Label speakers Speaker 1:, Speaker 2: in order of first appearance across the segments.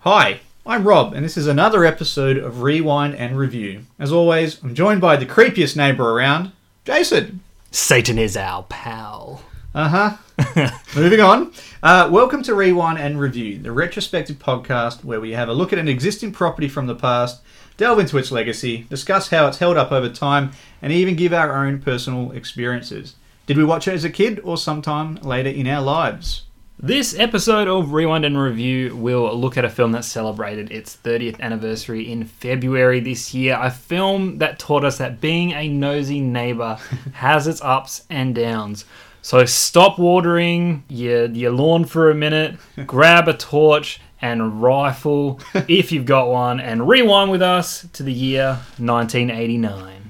Speaker 1: Hi, I'm Rob, and this is another episode of Rewind and Review. As always, I'm joined by the creepiest neighbor around, Jason.
Speaker 2: Satan is our pal.
Speaker 1: Uh huh. Moving on. Uh, welcome to Rewind and Review, the retrospective podcast where we have a look at an existing property from the past, delve into its legacy, discuss how it's held up over time, and even give our own personal experiences. Did we watch it as a kid or sometime later in our lives?
Speaker 2: This episode of Rewind and Review will look at a film that celebrated its 30th anniversary in February this year. A film that taught us that being a nosy neighbor has its ups and downs. So stop watering your, your lawn for a minute, grab a torch and rifle if you've got one, and rewind with us to the year 1989.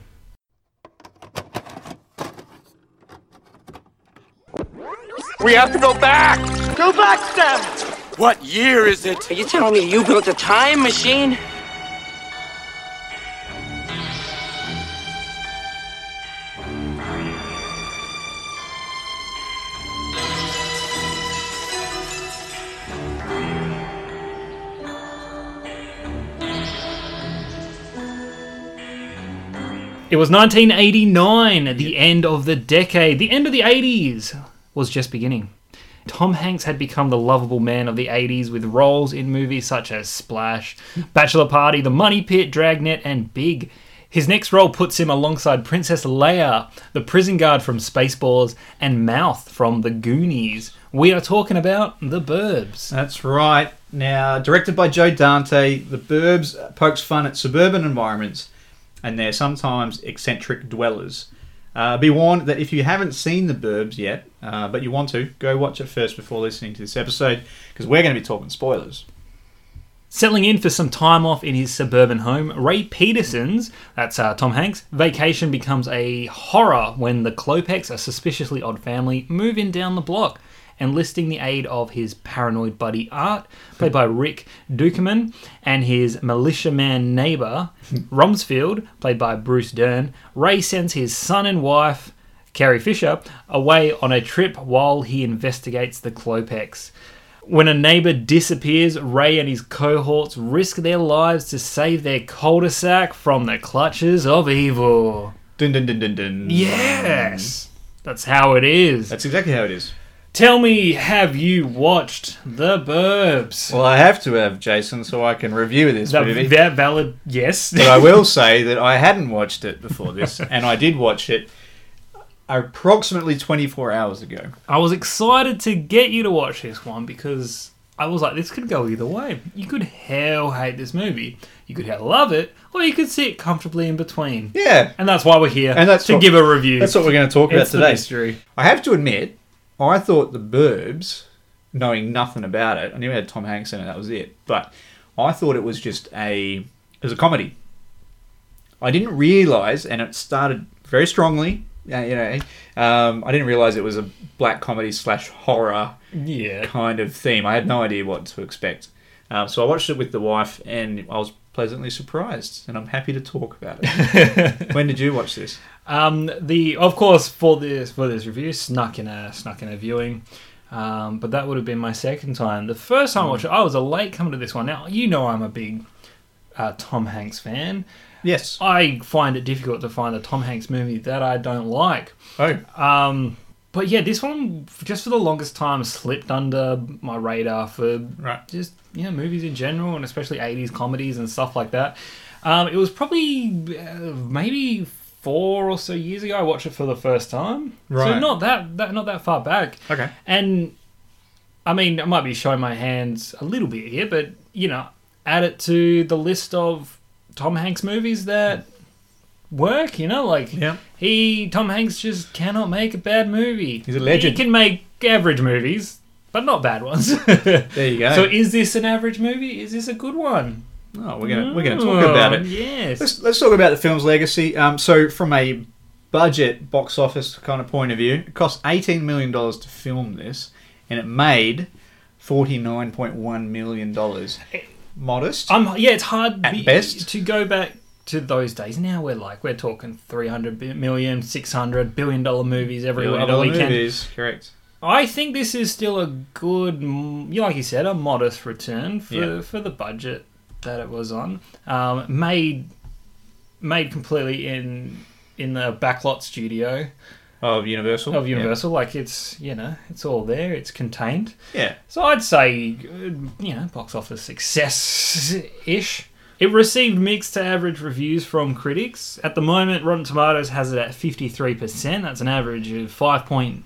Speaker 3: We have to go back!
Speaker 4: Go back, Sam!
Speaker 3: What year is it?
Speaker 4: Are you telling me you built a time machine?
Speaker 2: It was 1989, the end of the decade. The end of the 80s was just beginning. Tom Hanks had become the lovable man of the 80s with roles in movies such as Splash, Bachelor Party, The Money Pit, Dragnet, and Big. His next role puts him alongside Princess Leia, the prison guard from Spaceballs, and Mouth from The Goonies. We are talking about The Burbs.
Speaker 1: That's right. Now, directed by Joe Dante, The Burbs pokes fun at suburban environments and their sometimes eccentric dwellers. Uh, be warned that if you haven't seen The Burbs yet, uh, but you want to, go watch it first before listening to this episode because we're going to be talking spoilers.
Speaker 2: Settling in for some time off in his suburban home, Ray Peterson's, that's uh, Tom Hanks, vacation becomes a horror when the Klopex, a suspiciously odd family, move in down the block, enlisting the aid of his paranoid buddy Art, played by Rick Dukeman, and his militiaman neighbor, Rumsfeld, played by Bruce Dern. Ray sends his son and wife, Carrie Fisher, away on a trip while he investigates the Klopex. When a neighbor disappears, Ray and his cohorts risk their lives to save their cul de sac from the clutches of evil.
Speaker 1: Dun dun dun dun dun.
Speaker 2: Yes! That's how it is.
Speaker 1: That's exactly how it is.
Speaker 2: Tell me, have you watched The Burbs?
Speaker 1: Well, I have to have Jason so I can review this
Speaker 2: that,
Speaker 1: movie.
Speaker 2: that valid, yes.
Speaker 1: but I will say that I hadn't watched it before this, and I did watch it approximately 24 hours ago.
Speaker 2: I was excited to get you to watch this one because I was like, this could go either way. You could hell hate this movie, you could hell love it, or you could sit comfortably in between.
Speaker 1: Yeah,
Speaker 2: And that's why we're here
Speaker 1: And that's
Speaker 2: to
Speaker 1: what-
Speaker 2: give a review.
Speaker 1: that's what we're going to talk about
Speaker 2: It's the
Speaker 1: today.
Speaker 2: mystery.
Speaker 1: I have to admit, I thought The Burbs, knowing nothing about it, I knew it had Tom Hanks in it, that was it, but I thought it was just a, it was a comedy. I didn't realize, and it started very strongly. uh, You know, um, I didn't realize it was a black comedy slash horror
Speaker 2: Yeah.
Speaker 1: kind of theme. I had no idea what to expect. Um, so I watched it with the wife, and I was pleasantly surprised. And I'm happy to talk about it. when did you watch this?
Speaker 2: Um, the of course for this for this review snuck in a snuck in a viewing, um, but that would have been my second time. The first time I watched it, I was a late comer to this one. Now you know I'm a big uh, Tom Hanks fan.
Speaker 1: Yes.
Speaker 2: I find it difficult to find a Tom Hanks movie that I don't like.
Speaker 1: Oh,
Speaker 2: Um, but yeah, this one just for the longest time slipped under my radar for
Speaker 1: Right.
Speaker 2: just you know movies in general and especially '80s comedies and stuff like that. Um, it was probably uh, maybe four or so years ago I watched it for the first time. So
Speaker 1: Right.
Speaker 2: not that, that not that far back.
Speaker 1: Okay.
Speaker 2: And I mean, I might be showing my hands a little bit here, but you know, add it to the list of Tom Hanks movies that work. You know, like
Speaker 1: Yeah.
Speaker 2: he Tom Hanks just cannot make a bad movie.
Speaker 1: He's a legend.
Speaker 2: He can make average movies, but not bad ones.
Speaker 1: there you go.
Speaker 2: So is this an average movie? Is this a good one?
Speaker 1: oh, we're gonna we're gonna talk about
Speaker 2: Oh,
Speaker 1: it.
Speaker 2: Yes.
Speaker 1: Let's let's talk about the film's legacy. Um, so from a budget box office kind of point of view, it cost eighteen million dollars to film this, and it made forty nine point one million dollars. Modest.
Speaker 2: I'm yeah, it's hard
Speaker 1: At best.
Speaker 2: to go back to those days. Now we're like we're talking 300 bi- million, 600 billion dollar movies every
Speaker 1: Billion
Speaker 2: other
Speaker 1: dollar
Speaker 2: weekend.
Speaker 1: movies, correct.
Speaker 2: I think this is still a good, mm, yeah, like you said, a modest return for,
Speaker 1: Yeah.
Speaker 2: for the budget that it was on. Um, made made completely in in the backlot studio
Speaker 1: Of Universal.
Speaker 2: of Universal. Like it's you know it's all there. It's contained.
Speaker 1: Yeah. yeah.
Speaker 2: So I'd say, uh, you know, box office success ish. It received mixed to average reviews from critics. At the moment, Rotten Tomatoes has it at 53%. That's an average of 5.98,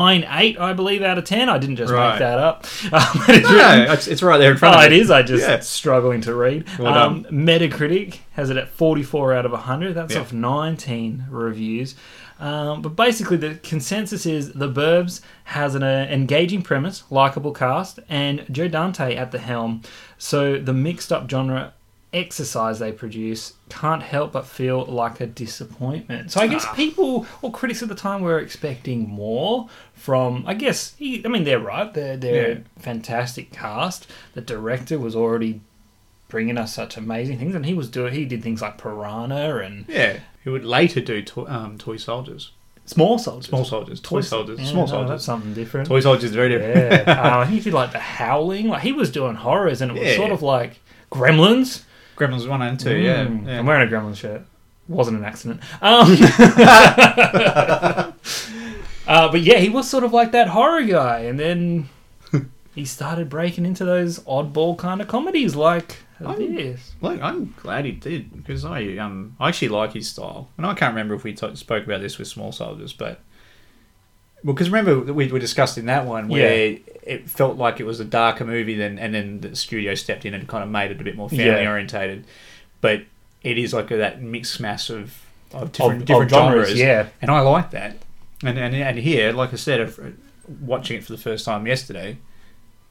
Speaker 2: I believe, out of 10. I didn't just
Speaker 1: Right.
Speaker 2: make that up. Um, it is
Speaker 1: No,
Speaker 2: written-
Speaker 1: it's, it's right there in front
Speaker 2: Oh,
Speaker 1: of
Speaker 2: it
Speaker 1: me.
Speaker 2: is. I just
Speaker 1: Yeah.
Speaker 2: struggling to read.
Speaker 1: Well
Speaker 2: um, Metacritic has it at 44 out of 100. That's
Speaker 1: Yeah.
Speaker 2: off 19 reviews. Um, but basically, the consensus is The Burbs has an uh, engaging premise, likable cast, and Joe Dante at the helm. So the mixed up genre exercise they produce can't help but feel like a disappointment. So I
Speaker 1: Ah.
Speaker 2: guess people or critics at the time were expecting more from I guess I mean they're right. They're they're
Speaker 1: Yeah.
Speaker 2: fantastic cast. The director was already bringing us such amazing things, and he was doing. He did things like Piranha and
Speaker 1: Yeah. Who would later do to, um, Toy Soldiers.
Speaker 2: Small Soldiers.
Speaker 1: Small Soldiers. Toy Soldiers.
Speaker 2: Yeah,
Speaker 1: Small
Speaker 2: no, That's
Speaker 1: Soldiers.
Speaker 2: something different.
Speaker 1: Toy Soldiers is very different.
Speaker 2: yeah, uh, I think he did like The Howling. Like he was doing horrors, and it was
Speaker 1: Yeah.
Speaker 2: sort of like Gremlins.
Speaker 1: Gremlins 1 and 2,
Speaker 2: Mm,
Speaker 1: yeah.
Speaker 2: I'm
Speaker 1: yeah.
Speaker 2: wearing a Gremlins shirt. Wasn't an accident. Um, uh, but yeah, he was sort of like that horror guy, and then he started breaking into those oddball kind of comedies like
Speaker 1: I'm-
Speaker 2: this.
Speaker 1: Look, I'm glad he did because I um I actually like his style, and I can't remember if we t- spoke about this with Small Soldiers, but well, because remember that we we discussed in that one where it felt like it was a darker movie, then and then the studio stepped in and kind of made it a bit more family
Speaker 2: Yeah.
Speaker 1: orientated, but it is like a, that mixed mass of of different,
Speaker 2: of
Speaker 1: different
Speaker 2: genres,
Speaker 1: genres,
Speaker 2: yeah.
Speaker 1: and I like that, and and and here, like I said, if- uh, watching it for the first time yesterday.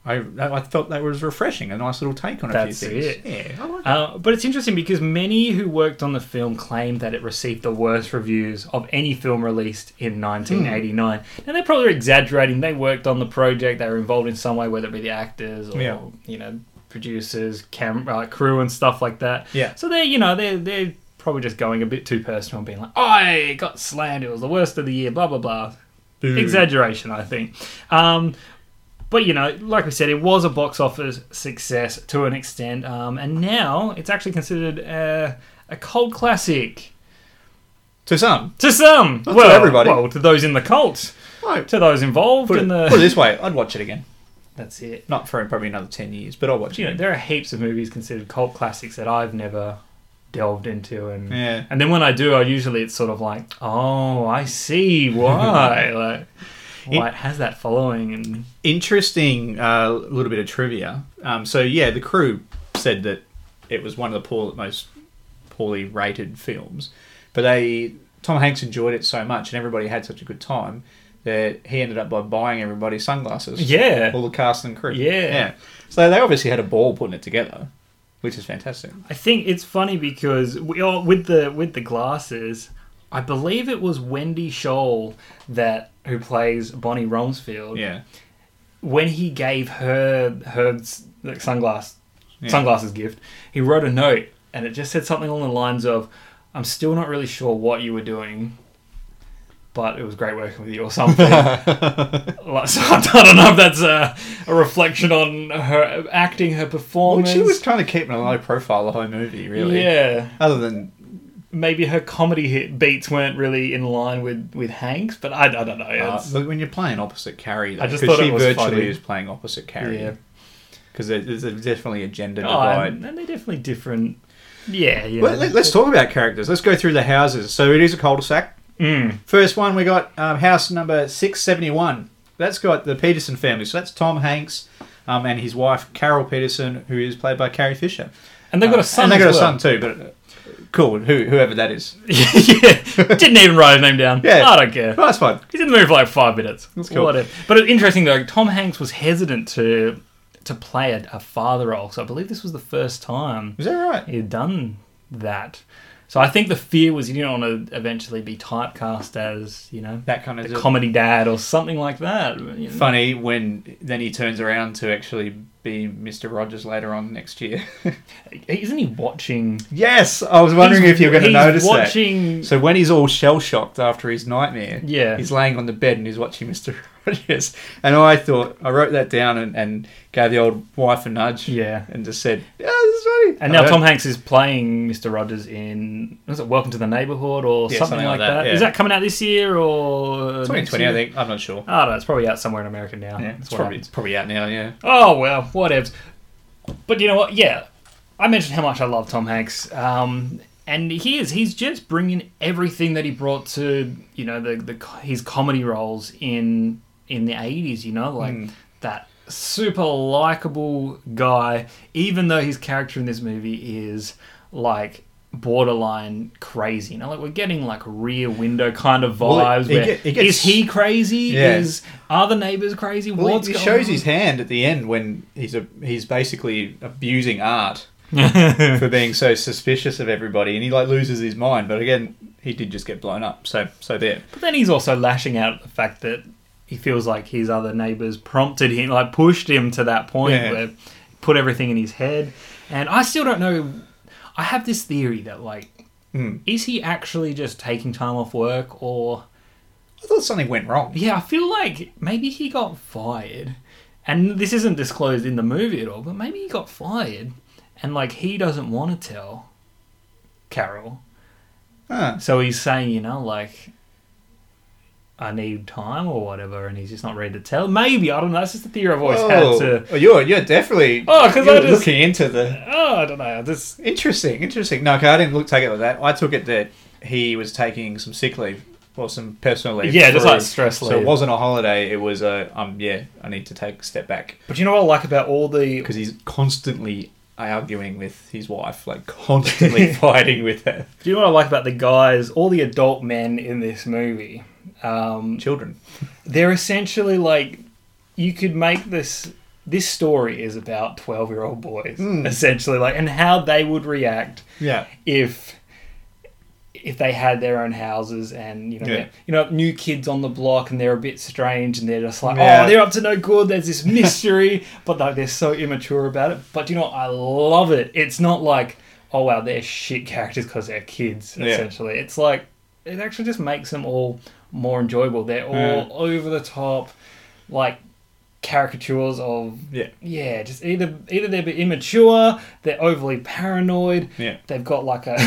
Speaker 1: I, I felt that was refreshing, a nice little take on a
Speaker 2: That's
Speaker 1: few things.
Speaker 2: it.
Speaker 1: Yeah, I like
Speaker 2: Uh, but it's interesting because many who worked on the film claimed that it received the worst reviews of any film released
Speaker 1: Hmm.
Speaker 2: in 1989. And they're probably exaggerating. They worked on the project. They were involved in some way, whether it be the actors or
Speaker 1: Yeah.
Speaker 2: you know producers, cam- uh, crew, and stuff like that.
Speaker 1: Yeah.
Speaker 2: So they're you know they're they're probably just going a bit too personal and being like, I got slammed. It was the worst of the year. Blah blah blah.
Speaker 1: Boo.
Speaker 2: Exaggeration, I think. Um, but you know, like we said, it was a box office success to an extent, um, and now it's actually considered a, a cult classic
Speaker 1: To some,
Speaker 2: to some.
Speaker 1: Not to
Speaker 2: well,
Speaker 1: everybody.
Speaker 2: Well, to those in the cult,
Speaker 1: Right.
Speaker 2: to those involved
Speaker 1: Put it,
Speaker 2: in the.
Speaker 1: put it this way, I'd watch it again.
Speaker 2: That's it.
Speaker 1: Not for probably another 10 years, but I'll watch
Speaker 2: You
Speaker 1: it
Speaker 2: know,
Speaker 1: again.
Speaker 2: there are heaps of movies considered cult classics that I've never delved into, and
Speaker 1: Yeah.
Speaker 2: and then when I do, I usually it's sort of like, oh, I see why, like why it has that following, and
Speaker 1: Interesting uh, little bit of trivia. Um, so, yeah, the crew said that it was one of the poor, most poorly rated films, but they Tom Hanks enjoyed it so much and everybody had such a good time that he ended up by buying everybody sunglasses.
Speaker 2: Yeah.
Speaker 1: All the cast and crew.
Speaker 2: Yeah.
Speaker 1: Yeah. So they obviously had a ball putting it together, which is fantastic.
Speaker 2: I think it's funny because we all, with the with the glasses, I believe it was Wendy Scholl that who plays Bonnie Romsfield.
Speaker 1: Yeah.
Speaker 2: When he gave her her s- like sunglass
Speaker 1: Yeah.
Speaker 2: sunglasses gift, he wrote a note and it just said something along the lines of, "I'm still not really sure what you were doing." But it was great working with you, or something. Like, so I don't know if that's a, a reflection on her acting, her
Speaker 1: Well,
Speaker 2: performance.
Speaker 1: she was trying to keep it a low profile the whole movie, really.
Speaker 2: yeah.
Speaker 1: Other than
Speaker 2: maybe her comedy hit beats weren't really in line with with Hanks, but I, I don't know.
Speaker 1: Uh,
Speaker 2: It's,
Speaker 1: but when you're playing opposite Carrie, though,
Speaker 2: I just
Speaker 1: 'cause
Speaker 2: thought
Speaker 1: she
Speaker 2: it was
Speaker 1: virtually
Speaker 2: funny.
Speaker 1: is playing opposite Carrie.
Speaker 2: Yeah.
Speaker 1: Because there's a- definitely a gender
Speaker 2: oh,
Speaker 1: divide.
Speaker 2: and, and they're definitely different. Yeah, yeah.
Speaker 1: Well, let, us talk about characters. Let's go through the houses. So it is a cul-de-sac. Mm. First one we got um, house number six seventy one. That's got the Peterson family. So that's Tom Hanks um, and his wife Carol Peterson, who is played by Carrie Fisher.
Speaker 2: and they've got a son.
Speaker 1: and they got
Speaker 2: as
Speaker 1: a
Speaker 2: well.
Speaker 1: son too. But uh, cool, who, whoever that is.
Speaker 2: yeah, didn't even write his name down.
Speaker 1: Yeah.
Speaker 2: I don't care.
Speaker 1: Well, that's fine.
Speaker 2: He's in the movie for like five minutes. That's
Speaker 1: cool.
Speaker 2: Whatever. But it's interesting though. Tom Hanks was hesitant to to play a, a father role, so I believe this was the first time
Speaker 1: Is that right?
Speaker 2: he had done that. So I think the fear was he didn't want to eventually be typecast as you know
Speaker 1: That kind of
Speaker 2: comedy dad or something like that. you know.
Speaker 1: funny when then he turns around to actually be Mr. Rogers later on next year.
Speaker 2: Isn't he watching?
Speaker 1: yes, I was wondering
Speaker 2: He's-
Speaker 1: if you were going to
Speaker 2: he's
Speaker 1: notice
Speaker 2: watching-
Speaker 1: that. So when he's all shell shocked after his nightmare,
Speaker 2: Yeah.
Speaker 1: he's laying on the bed and he's watching Mr. Rogers. And I thought I wrote that down and, and gave the old wife a nudge.
Speaker 2: Yeah.
Speaker 1: and just said, "Yeah, this is funny." Uh,
Speaker 2: And now Tom Hanks is playing Mr. Rogers in was it Welcome to the Neighborhood or
Speaker 1: Yeah,
Speaker 2: something, like that? Is
Speaker 1: yeah.
Speaker 2: that coming out this year or
Speaker 1: twenty
Speaker 2: next
Speaker 1: twenty, I
Speaker 2: year?
Speaker 1: think. I'm not sure.
Speaker 2: I don't know. It's probably out somewhere in America now.
Speaker 1: yeah,
Speaker 2: That's
Speaker 1: it's
Speaker 2: what
Speaker 1: probably
Speaker 2: happens.
Speaker 1: it's probably out now. Yeah.
Speaker 2: Oh well, whatevs. But you know what? Yeah, I mentioned how much I love Tom Hanks, um, and he is—he's just bringing everything that he brought to you know the, the his comedy roles in in the eighties. You know,
Speaker 1: Hmm.
Speaker 2: like that super likable guy, even though his character in this movie is like borderline crazy. You know, like we're getting like rear window kind of vibes.
Speaker 1: Well, it- it
Speaker 2: where
Speaker 1: get- it gets-
Speaker 2: is he crazy?
Speaker 1: Yeah.
Speaker 2: Is are the neighbors crazy?
Speaker 1: Well,
Speaker 2: What's
Speaker 1: he
Speaker 2: going
Speaker 1: shows
Speaker 2: on?
Speaker 1: his hand at the end when he's a, he's basically abusing art for being so suspicious of everybody, and he like loses his mind. But again, he did just get blown up. So so there.
Speaker 2: But then he's also lashing out at the fact that he feels like his other neighbors prompted him, like pushed him to that point
Speaker 1: Yeah.
Speaker 2: where he put everything in his head. And I still don't know. I have this theory that like, is he actually just taking time off work, or
Speaker 1: I thought something went wrong.
Speaker 2: yeah, I feel like maybe he got fired, and this isn't disclosed in the movie at all. But maybe he got fired, and like he doesn't want to tell Carol.
Speaker 1: Huh.
Speaker 2: So he's saying, you know, like, I need time or whatever, and he's just not ready to tell. Maybe I don't know. That's just the theory I've always
Speaker 1: Oh,
Speaker 2: had to.
Speaker 1: oh, you're you're definitely
Speaker 2: Oh, 'cause I
Speaker 1: you're
Speaker 2: just-
Speaker 1: looking into the
Speaker 2: Oh, I don't know. This
Speaker 1: interesting, interesting. No, 'cause I didn't look take it like that. I took it that he was taking some sick leave or some personal leave.
Speaker 2: Yeah, just
Speaker 1: for-
Speaker 2: like stress
Speaker 1: So
Speaker 2: leave.
Speaker 1: it wasn't a holiday. It was a um yeah. I need to take a step back.
Speaker 2: but you know what I like about all the
Speaker 1: because he's constantly arguing with his wife, like constantly fighting with her
Speaker 2: do you know what I like about the guys, all the adult men in this movie? Um,
Speaker 1: children.
Speaker 2: they're essentially like you could make this this story is about 12 year old boys essentially like and how they would react
Speaker 1: Yeah,
Speaker 2: if if they had their own houses and you know
Speaker 1: Yeah.
Speaker 2: they're- you know new kids on the block and they're a bit strange and they're just like
Speaker 1: Yeah.
Speaker 2: oh they're up to no good there's this mystery but like they're so immature about it but you know I love it it's not like oh wow they're shit characters because they're kids
Speaker 1: Yeah.
Speaker 2: essentially it's like it actually just makes them all more enjoyable they're all
Speaker 1: Yeah.
Speaker 2: over the top like caricatures of
Speaker 1: yeah,
Speaker 2: yeah, just either either they're a bit immature, they're overly paranoid.
Speaker 1: Yeah.
Speaker 2: They've got like a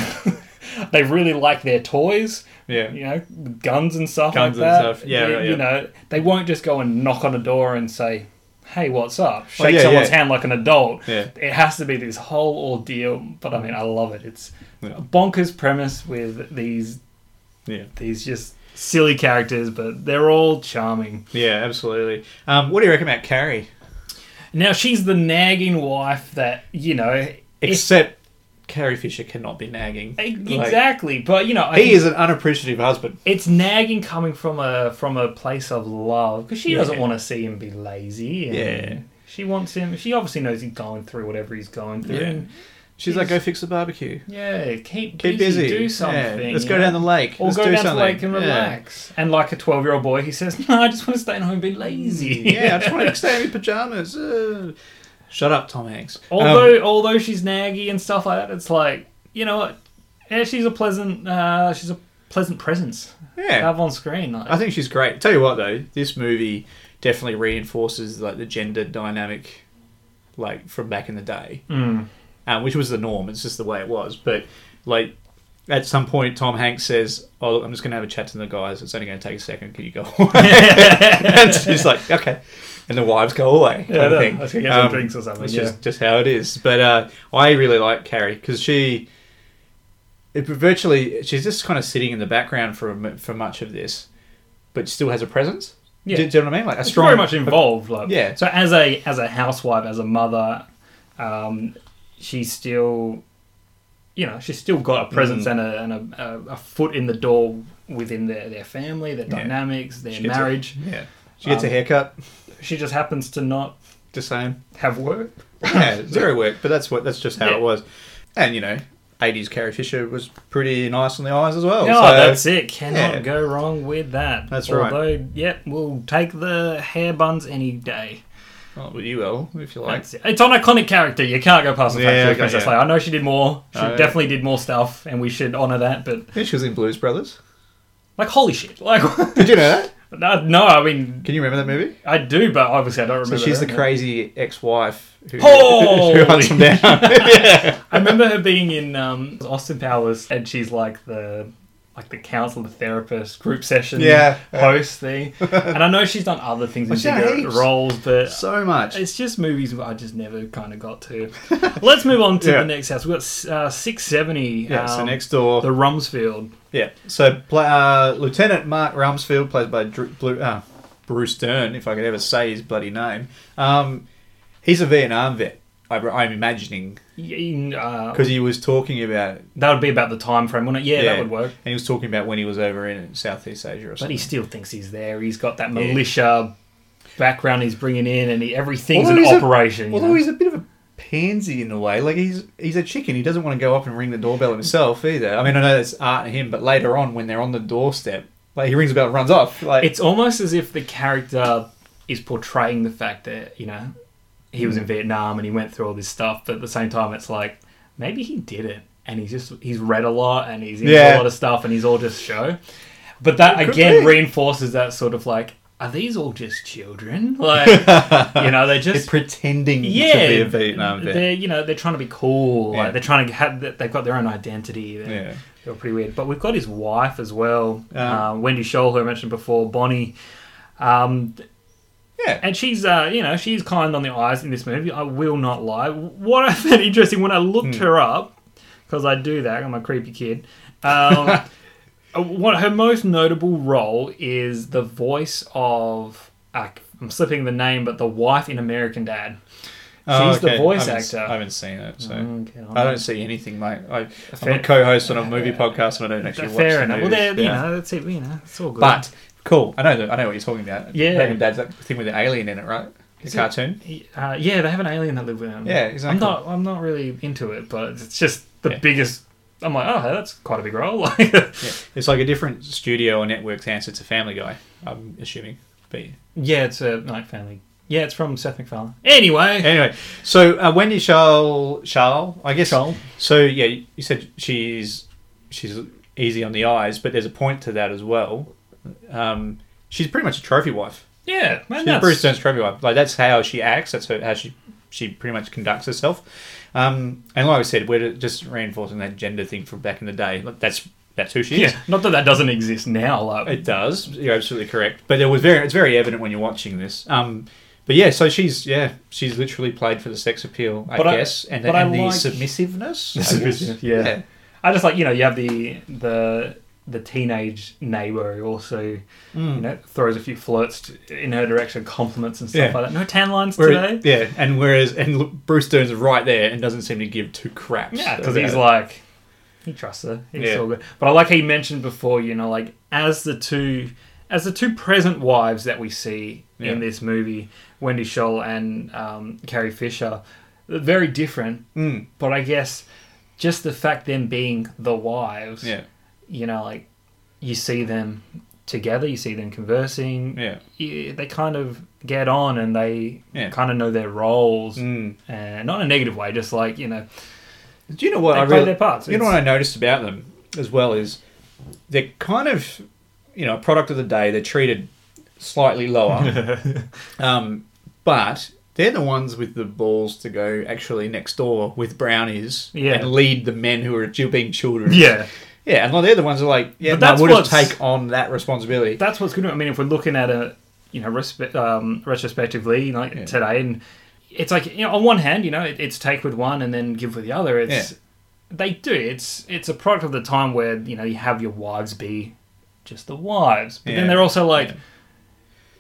Speaker 2: they really like their toys.
Speaker 1: Yeah.
Speaker 2: You know, guns and stuff
Speaker 1: Guns
Speaker 2: like
Speaker 1: and
Speaker 2: that.
Speaker 1: stuff. Yeah,
Speaker 2: They-
Speaker 1: right, yeah.
Speaker 2: You know, they won't just go and knock on a door and say, "Hey, what's up?" Shake
Speaker 1: Well, Oh, yeah,
Speaker 2: someone's
Speaker 1: yeah.
Speaker 2: hand like an adult.
Speaker 1: Yeah.
Speaker 2: It has to be this whole ordeal, but I mean, I love it. It's
Speaker 1: Yeah.
Speaker 2: a bonkers premise with these
Speaker 1: yeah,
Speaker 2: these just silly characters, but they're all charming.
Speaker 1: yeah, absolutely. Um, what do you reckon about Carrie?
Speaker 2: Now she's the nagging wife that, you know, if-
Speaker 1: Except Carrie Fisher cannot be nagging.
Speaker 2: E-
Speaker 1: Like,
Speaker 2: Exactly, but you know, I
Speaker 1: he
Speaker 2: think
Speaker 1: is an unappreciative husband.
Speaker 2: It's nagging coming from a from a place of love because she
Speaker 1: Yeah.
Speaker 2: doesn't want to see him be lazy. And
Speaker 1: Yeah.
Speaker 2: she wants him. She obviously knows he's going through whatever he's going through.
Speaker 1: Yeah.
Speaker 2: and,
Speaker 1: She's like, go fix the barbecue.
Speaker 2: yeah keep,
Speaker 1: Keep
Speaker 2: busy,
Speaker 1: busy.
Speaker 2: do
Speaker 1: Yeah,
Speaker 2: something.
Speaker 1: let's
Speaker 2: you
Speaker 1: go
Speaker 2: know?
Speaker 1: down the lake.
Speaker 2: Or
Speaker 1: Let's
Speaker 2: go
Speaker 1: do
Speaker 2: down
Speaker 1: something.
Speaker 2: to the lake and
Speaker 1: Yeah.
Speaker 2: relax. And like a twelve year old boy, he says, "No, I just want to stay at home and be lazy."
Speaker 1: Mm, Yeah, I just um, want to stay in pajamas. Uh, shut up, Tom Hanks. Um,
Speaker 2: although although she's naggy and stuff like that, it's like you know what? Yeah, she's a pleasant. Uh, she's a pleasant presence.
Speaker 1: yeah,
Speaker 2: Have on screen. Like,
Speaker 1: I think she's great. Tell you what though, this movie definitely reinforces like the gender dynamic, like from back in the day,
Speaker 2: hmm.
Speaker 1: um, which was the norm. It's just the way it was. But like at some point, Tom Hanks says, "Oh, look, I'm just going to have a chat to the guys. It's only going to take a second. Can you go?" away?" and she's like, "Okay," and the wives go away.
Speaker 2: Yeah, I
Speaker 1: kind
Speaker 2: know.
Speaker 1: of thing.
Speaker 2: I was gonna get some drinks or something,
Speaker 1: It's
Speaker 2: yeah.
Speaker 1: just just how it is. But uh, I really like Carrie because she. It, virtually, she's just kind of sitting in the background for a m- for much of this, but still has a presence.
Speaker 2: Yeah.
Speaker 1: Do, do you know what I mean? Like a
Speaker 2: it's
Speaker 1: strong.
Speaker 2: very much involved. Like,
Speaker 1: Yeah.
Speaker 2: So as a as a housewife, as a mother, um, she's still, you know, she's still got
Speaker 1: Mm.
Speaker 2: a presence and, a, and a, a, a foot in the door within their, their family, their dynamics, their
Speaker 1: gets a-
Speaker 2: marriage.
Speaker 1: yeah, she gets a
Speaker 2: Um,
Speaker 1: haircut.
Speaker 2: She just happens to not
Speaker 1: Just saying.
Speaker 2: have work.
Speaker 1: Yeah, zero work, but that's what that's just how
Speaker 2: Yeah.
Speaker 1: it was. And you know, eighties Carrie Fisher was pretty nice on the eyes as well.
Speaker 2: Oh,
Speaker 1: so-
Speaker 2: that's it. Cannot
Speaker 1: yeah.
Speaker 2: go wrong with that.
Speaker 1: That's right.
Speaker 2: Although, yep, we'll take the hair buns any day.
Speaker 1: Oh, well, you will if you like.
Speaker 2: It's, it's an iconic character. You can't go past the
Speaker 1: Yeah,
Speaker 2: fact that
Speaker 1: okay,
Speaker 2: Princess
Speaker 1: yeah.
Speaker 2: Leia. I know she did more. She
Speaker 1: Oh, yeah.
Speaker 2: definitely did more stuff, and we should honor that. But
Speaker 1: Yeah, she was in Blues Brothers.
Speaker 2: like, holy shit! Like,
Speaker 1: Did you know that?
Speaker 2: no, no, I mean,
Speaker 1: Can you remember that movie?
Speaker 2: I do, but obviously I don't
Speaker 1: So
Speaker 2: remember.
Speaker 1: she's the
Speaker 2: that.
Speaker 1: crazy ex-wife who,
Speaker 2: Holy-
Speaker 1: who hunts him down.
Speaker 2: I remember her being in um, Austin Powers, and she's like the like the counselor, the therapist, group session
Speaker 1: Yeah.
Speaker 2: host thing. And I know she's done other things in
Speaker 1: She's done
Speaker 2: bigger
Speaker 1: heaps.
Speaker 2: roles, but
Speaker 1: so much.
Speaker 2: it's just movies I just never kind of got to. Let's move on to
Speaker 1: Yeah.
Speaker 2: the next house. We've got uh, six seventy.
Speaker 1: Yeah, so next door.
Speaker 2: um, the Rumsfeld.
Speaker 1: yeah, so pla uh, Lieutenant Mark Rumsfeld, played by Dr- Blue, uh, Bruce Dern, if I could ever say his bloody name. Um, he's a Vietnam vet. I, I'm imagining
Speaker 2: Yeah, uh,
Speaker 1: because he was talking about it.
Speaker 2: that would be about the time frame, wouldn't it? Yeah, that would work.
Speaker 1: And he was talking about when he was over in Southeast Asia or
Speaker 2: But
Speaker 1: something.
Speaker 2: he still thinks he's there. He's got that militia background he's bringing in, and he, everything's
Speaker 1: Although he's
Speaker 2: an
Speaker 1: a-
Speaker 2: operation. you
Speaker 1: Although
Speaker 2: know?
Speaker 1: he's a bit of a pansy in a way, like he's he's a chicken. He doesn't want to go up and ring the doorbell himself either. I mean, I know that's art and him, but later on when they're on the doorstep, like he rings the bell and runs off. Like
Speaker 2: it's almost as if the character is portraying the fact that you know he
Speaker 1: Mm.
Speaker 2: was in Vietnam and he went through all this stuff, but at the same time, it's like maybe he did it and he's just he's read a lot and he's into
Speaker 1: Yeah.
Speaker 2: a lot of stuff and he's all just show. But that
Speaker 1: could
Speaker 2: again
Speaker 1: be.
Speaker 2: reinforces that sort of like, are these all just children? Like, you know, they're
Speaker 1: they're
Speaker 2: just
Speaker 1: pretending
Speaker 2: yeah,
Speaker 1: to be a Vietnam vet.
Speaker 2: They're you know they're trying to be cool.
Speaker 1: Yeah.
Speaker 2: Like they're trying to have they've got their own identity. They're,
Speaker 1: Yeah. Uh-huh.
Speaker 2: they're pretty weird. But we've got his wife as well,
Speaker 1: Yeah.
Speaker 2: uh, Wendy Scholl, who I mentioned before, Bonnie. Um,
Speaker 1: Yeah,
Speaker 2: and she's uh, you know she's kind on the eyes in this movie. I will not lie. What I found interesting when I looked
Speaker 1: Hmm.
Speaker 2: her up because I do that. I'm a creepy kid. Um, what her most notable role is the voice of. Uh, I'm slipping the name, but the wife in American Dad.
Speaker 1: Oh,
Speaker 2: She's the
Speaker 1: okay.
Speaker 2: voice
Speaker 1: I haven't-
Speaker 2: actor.
Speaker 1: I haven't seen it, so
Speaker 2: Okay,
Speaker 1: I don't see anything, mate. I, I'm
Speaker 2: Fair-
Speaker 1: a co-host on a movie podcast, and I don't actually watch.
Speaker 2: fair
Speaker 1: the
Speaker 2: enough. Well,
Speaker 1: movies.
Speaker 2: there, you
Speaker 1: Yeah.
Speaker 2: know, that's it. You know, it's all good.
Speaker 1: but cool. I know. The, I know what you're talking about.
Speaker 2: Yeah.
Speaker 1: American Dad's that thing with the alien in it, right? The
Speaker 2: Is it-
Speaker 1: cartoon.
Speaker 2: uh, yeah, they have an alien that lives with them.
Speaker 1: Yeah,
Speaker 2: I'm
Speaker 1: exactly.
Speaker 2: not. I'm not really into it, but it's just the
Speaker 1: Yeah.
Speaker 2: biggest. I'm like, oh, that's quite a big role. Like, yeah.
Speaker 1: It's like a different studio or network's answer to Family Guy. I'm assuming. But
Speaker 2: it's a night family. Yeah, it's from Seth MacFarlane. Anyway,
Speaker 1: anyway, so uh, Wendy Charles, Charles, I guess.
Speaker 2: Charles.
Speaker 1: So yeah, you said she's she's easy on the eyes, but there's a point to that as well. Um, she's pretty much a trophy wife.
Speaker 2: yeah, man,
Speaker 1: She's
Speaker 2: that's,
Speaker 1: Bruce Dern's trophy wife. Like that's how she acts. That's her, how she she pretty much conducts herself. Um, and like I said, we're just reinforcing that gender thing from back in the day. Like, That's that's who she is.
Speaker 2: yeah. Not that that doesn't exist now. Like,
Speaker 1: It does. You're absolutely correct. But it was very it's very evident when you're watching this. Um, but yeah, so she's yeah she's literally played for the sex appeal, I
Speaker 2: But I-
Speaker 1: guess, and,
Speaker 2: but I
Speaker 1: and the
Speaker 2: like-
Speaker 1: submissiveness. I
Speaker 2: submissive,
Speaker 1: guess.
Speaker 2: yeah. I just like you know you have the the the teenage neighbor who also
Speaker 1: Mm.
Speaker 2: you know throws a few flirts t- in her direction, compliments and stuff
Speaker 1: Yeah.
Speaker 2: like that. No tan lines
Speaker 1: Whereas-
Speaker 2: today.
Speaker 1: yeah, and whereas and look, Bruce Dern's right there and doesn't seem to give two craps.
Speaker 2: Yeah, because
Speaker 1: about
Speaker 2: he's
Speaker 1: it.
Speaker 2: like, he trusts her. He's
Speaker 1: Yeah.
Speaker 2: all good. But I like how you mentioned before, you know, like as the two, as the two present wives that we see
Speaker 1: Yeah.
Speaker 2: in this movie, Wendy Scholl and um, Carrie Fisher, they're very different.
Speaker 1: Mm.
Speaker 2: But I guess just the fact them being the wives,
Speaker 1: yeah,
Speaker 2: you know, like you see them together, you see them conversing.
Speaker 1: yeah,
Speaker 2: You, they kind of get on and they
Speaker 1: Yeah.
Speaker 2: kind of know their roles.
Speaker 1: Mm.
Speaker 2: And not in a negative way, just like, you know,
Speaker 1: Do you know what
Speaker 2: They
Speaker 1: I
Speaker 2: play
Speaker 1: really,
Speaker 2: their parts.
Speaker 1: You know
Speaker 2: It's-
Speaker 1: what I noticed about them as well is they're kind of you know a product of the day. They're treated slightly lower, um, but they're the ones with the balls to go actually next door with brownies
Speaker 2: Yeah.
Speaker 1: and lead the men who are ju- being children.
Speaker 2: yeah.
Speaker 1: yeah, and like they're the ones who are like yeah,
Speaker 2: But
Speaker 1: no,
Speaker 2: that's
Speaker 1: we'll just
Speaker 2: what's-
Speaker 1: take on that responsibility.
Speaker 2: that's what's good. I mean, if we're looking at it, you know, respe- um, retrospectively, you know, like
Speaker 1: Yeah.
Speaker 2: today, and it's like you know, on one hand, you know, it, it's take with one and then give with the other. It's
Speaker 1: Yeah.
Speaker 2: they do. It's it's a product of the time where you know you have your wives be just the wives, but
Speaker 1: Yeah.
Speaker 2: then they're also like,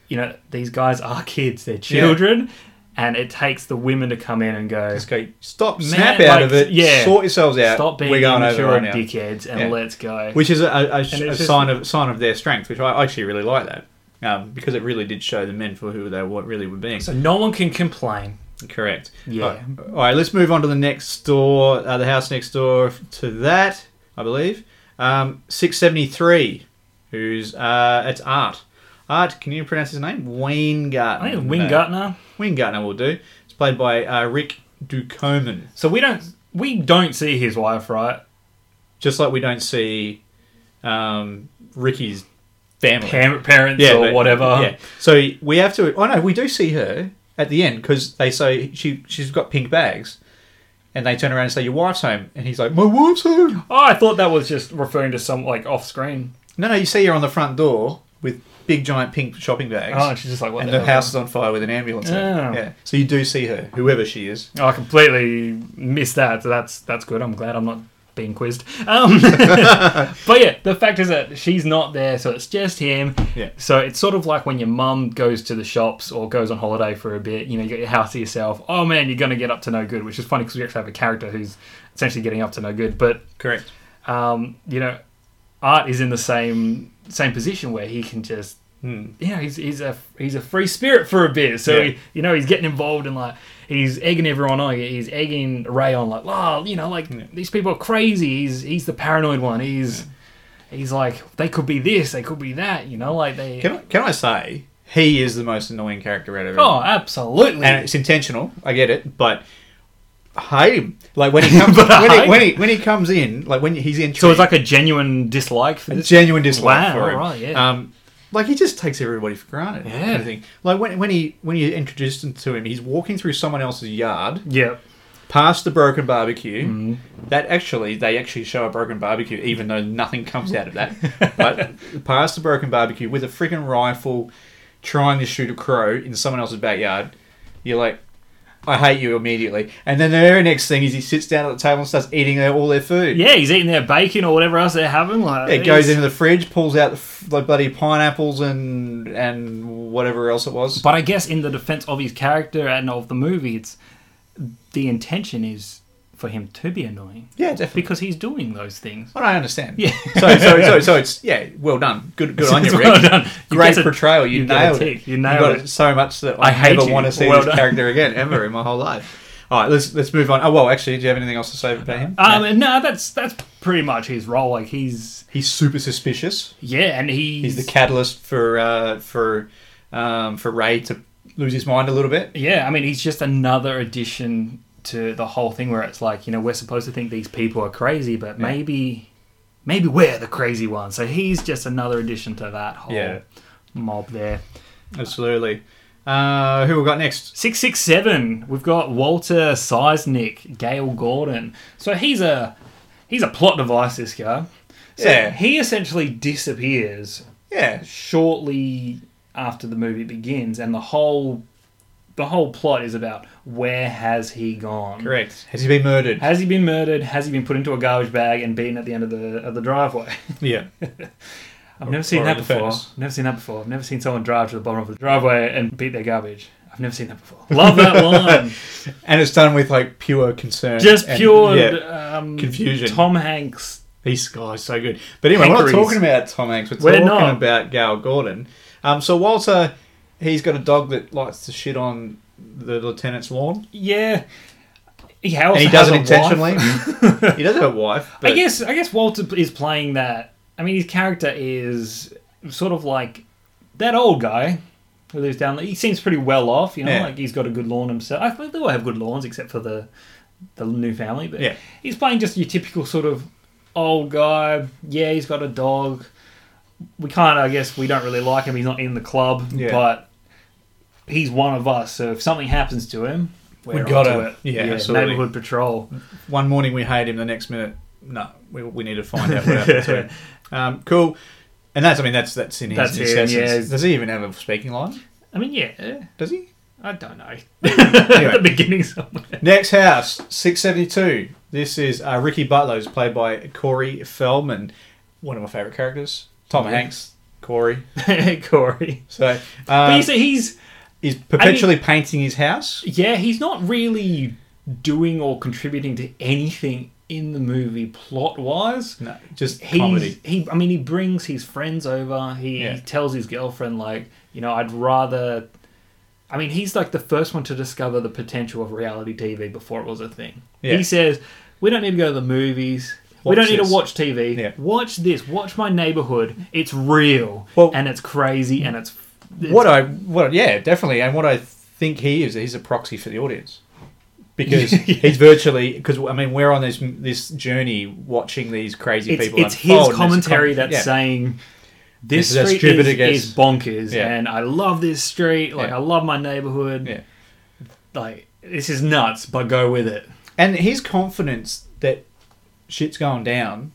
Speaker 2: you know, these guys are kids, they're children, and it takes the women to come in and go.
Speaker 1: Just go stop,
Speaker 2: Man,
Speaker 1: snap out
Speaker 2: like,
Speaker 1: of it,
Speaker 2: yeah.
Speaker 1: sort yourselves out.
Speaker 2: Stop being
Speaker 1: We're going over
Speaker 2: immature
Speaker 1: right now.
Speaker 2: dickheads and
Speaker 1: Yeah.
Speaker 2: let's go.
Speaker 1: which is a, a, a, sh-
Speaker 2: And
Speaker 1: a
Speaker 2: it's just-
Speaker 1: sign of sign of their strength, which I actually really like that um, because it really did show the men for who they what really were being.
Speaker 2: so no one can complain.
Speaker 1: Correct.
Speaker 2: Yeah.
Speaker 1: Uh, all right, let's move on to the next door, uh, the house next door f- to that, I believe. Um, Six seventy three, who's uh, it's art. Art, can you pronounce his name? Weingartner.
Speaker 2: I think it's Wingartner.
Speaker 1: Weingartner will do. It's played by uh, Rick Ducommun.
Speaker 2: So we don't we don't see his wife, right?
Speaker 1: Just like we don't see um, Ricky's family.
Speaker 2: Par- parents or
Speaker 1: but-
Speaker 2: whatever.
Speaker 1: Yeah. So we have to. Oh no, we do see her at the end because they say she she's got pink bags, and they turn around and say your wife's home, and he's like my wife's home.
Speaker 2: Oh, I thought that was just referring to some like off screen.
Speaker 1: No, no, you see her on the front door with big giant pink shopping bags.
Speaker 2: Oh, and she's just like, what
Speaker 1: and
Speaker 2: the
Speaker 1: her
Speaker 2: hell?
Speaker 1: house is on fire with an ambulance. in it.
Speaker 2: Oh.
Speaker 1: Yeah. So you do see her, whoever she is.
Speaker 2: Oh, I completely missed that. So that's that's good. I'm glad I'm not being quizzed. Um, but yeah, the fact is that she's not there, so it's just him.
Speaker 1: Yeah.
Speaker 2: So it's sort of like when your mum goes to the shops or goes on holiday for a bit. You know, you got your house to yourself. Oh man, you're gonna get up to no good, which is funny because we actually have a character who's essentially getting up to no good. But
Speaker 1: Correct.
Speaker 2: um, you know, Art is in the same same position where he can just, you know, he's, he's a he's a free spirit for a bit. So
Speaker 1: Yeah.
Speaker 2: he, you know, he's getting involved in like he's egging everyone on. He's egging Ray on like, oh, you know, like these people are crazy. He's he's the paranoid one. He's he's like they could be this, they could be that. You know, like they.
Speaker 1: Can I, can I say he is the most annoying character out of everyone?
Speaker 2: oh, absolutely.
Speaker 1: and it's intentional. I get it, but I hate him. Like when he comes,
Speaker 2: But I
Speaker 1: when,
Speaker 2: hate
Speaker 1: he, when he when he comes in, like when he's in,
Speaker 2: so it's like a genuine dislike for this.
Speaker 1: genuine dislike
Speaker 2: Wow,
Speaker 1: for him.
Speaker 2: alright, yeah.
Speaker 1: Um, like he just takes everybody for granted.
Speaker 2: Yeah.
Speaker 1: kind of thing. Like when when he when you introduce him to him, he's walking through someone else's yard,
Speaker 2: yeah.
Speaker 1: past the broken barbecue.
Speaker 2: Mm.
Speaker 1: That actually they actually show a broken barbecue, even though nothing comes out of that. but past the broken barbecue with a freaking rifle, trying to shoot a crow in someone else's backyard. You're like. I hate you immediately. And then the very next thing is he sits down at the table and starts eating their, all their food.
Speaker 2: Yeah, he's eating their bacon or whatever else they're having. Like
Speaker 1: It goes
Speaker 2: he's-
Speaker 1: into the fridge, pulls out the, f- the bloody pineapples and and whatever else it was.
Speaker 2: But I guess in the defense of his character and of the movie, it's the intention is for him to be annoying
Speaker 1: yeah, definitely.
Speaker 2: because he's doing those things.
Speaker 1: Well, I understand. Yeah. So, so, so, so it's yeah. Well done. Good, good on you, Rick.
Speaker 2: Well done. You
Speaker 1: Great
Speaker 2: get a-
Speaker 1: portrayal. You,
Speaker 2: you get a
Speaker 1: nailed
Speaker 2: tick.
Speaker 1: it.
Speaker 2: You nailed
Speaker 1: got
Speaker 2: it.
Speaker 1: so much that
Speaker 2: I
Speaker 1: I,
Speaker 2: hate
Speaker 1: never
Speaker 2: you.
Speaker 1: want to see
Speaker 2: Well
Speaker 1: this
Speaker 2: done.
Speaker 1: character again ever in my whole life. All right, let's let's move on. Oh well, actually, do you have anything else to say about him?
Speaker 2: Um,
Speaker 1: No.
Speaker 2: and no, that's that's pretty much his role. Like he's
Speaker 1: he's super suspicious.
Speaker 2: yeah, and
Speaker 1: He's
Speaker 2: he's,
Speaker 1: the catalyst for uh, for um, for Ray to lose his mind a little bit.
Speaker 2: yeah. I mean, he's just another addition to the whole thing where it's like you know we're supposed to think these people are crazy, but maybe maybe we're the crazy ones. So he's just another addition to that whole
Speaker 1: Yeah.
Speaker 2: mob there.
Speaker 1: Absolutely. Uh, who we got next?
Speaker 2: 667 we've got walter seisnick gail gordon so he's a he's a plot device this guy so
Speaker 1: Yeah.
Speaker 2: he essentially disappears
Speaker 1: Yeah,
Speaker 2: shortly after the movie begins and the whole the whole plot is about where has he gone
Speaker 1: correct. Has he been murdered?
Speaker 2: has he been murdered has he been put into a garbage bag and beaten at the end of the of the driveway
Speaker 1: yeah.
Speaker 2: I've never seen
Speaker 1: or
Speaker 2: that
Speaker 1: in the
Speaker 2: before.
Speaker 1: furnace.
Speaker 2: Never seen that before. I've never seen someone drive to the bottom of the driveway and beat their garbage. I've never seen that before. Love that line.
Speaker 1: And it's done with like pure concern.
Speaker 2: just
Speaker 1: and-
Speaker 2: pure
Speaker 1: yeah.
Speaker 2: um,
Speaker 1: Confusion.
Speaker 2: Tom Hanks.
Speaker 1: These guys so good. But anyway, we're not
Speaker 2: Hankeries.
Speaker 1: talking about Tom Hanks. We're,
Speaker 2: We're
Speaker 1: talking
Speaker 2: not.
Speaker 1: about Gail Gordon. Um, so Walter, he's got a dog that likes to shit on the lieutenant's lawn,
Speaker 2: Yeah, he, also
Speaker 1: and he
Speaker 2: has
Speaker 1: does it
Speaker 2: a
Speaker 1: intentionally.
Speaker 2: wife.
Speaker 1: he does have a wife.
Speaker 2: I
Speaker 1: but-
Speaker 2: guess. I guess Walter is playing that. I mean, his character is sort of like that old guy who lives down. He seems pretty well off. You know,
Speaker 1: Yeah.
Speaker 2: like he's got a good lawn himself. I think they all have good lawns except for the the new family. But
Speaker 1: Yeah.
Speaker 2: he's playing just your typical sort of old guy. Yeah, he's got a dog. We can't. I guess we don't really like him. He's not in the club,
Speaker 1: Yeah.
Speaker 2: but he's one of us. So if something happens to him, we're we
Speaker 1: gotta-
Speaker 2: it.
Speaker 1: yeah, absolutely.
Speaker 2: neighborhood patrol.
Speaker 1: one morning we hate him, the next minute, no, we, we need to find out what happened to him. Um, cool. And that's, I mean, that's that's in his,
Speaker 2: That's
Speaker 1: his
Speaker 2: him,
Speaker 1: essence.
Speaker 2: yeah.
Speaker 1: Does he even have a speaking line?
Speaker 2: I mean, yeah.
Speaker 1: Does he?
Speaker 2: I don't know. At the beginning somewhere.
Speaker 1: Next house, 672. This is uh, Ricky Butler, who's played by Corey Feldman, one of my favourite characters. Tom Hanks, Corey.
Speaker 2: Corey.
Speaker 1: So
Speaker 2: But
Speaker 1: uh,
Speaker 2: you see, he's
Speaker 1: he's perpetually painting his house.
Speaker 2: yeah, he's not really doing or contributing to anything in the movie plot wise.
Speaker 1: No, just
Speaker 2: He's,
Speaker 1: comedy.
Speaker 2: he, I mean, he brings his friends over. He
Speaker 1: Yeah.
Speaker 2: tells his girlfriend, like, you know, I'd rather. I mean, he's like the first one to discover the potential of reality TV before it was a thing.
Speaker 1: Yeah.
Speaker 2: He says, "We don't need to go to the movies. we don't need
Speaker 1: this.
Speaker 2: to watch TV.
Speaker 1: Yeah.
Speaker 2: Watch this. Watch my neighborhood. It's real
Speaker 1: Well-
Speaker 2: and it's crazy and it's, it's
Speaker 1: what I what yeah definitely and what I think he is he's a proxy for the audience because he's virtually because I mean we're on this this journey watching these crazy
Speaker 2: it's,
Speaker 1: people "Oh,
Speaker 2: it's
Speaker 1: unfold,
Speaker 2: his
Speaker 1: and
Speaker 2: commentary
Speaker 1: it's com-
Speaker 2: that's saying this
Speaker 1: This is how
Speaker 2: street
Speaker 1: stupid
Speaker 2: is,
Speaker 1: it gets."
Speaker 2: is bonkers
Speaker 1: Yeah.
Speaker 2: and I love this street. Like
Speaker 1: Yeah.
Speaker 2: I love my neighborhood.
Speaker 1: Yeah.
Speaker 2: Like this is nuts, but go with it.
Speaker 1: and his confidence that shit's going down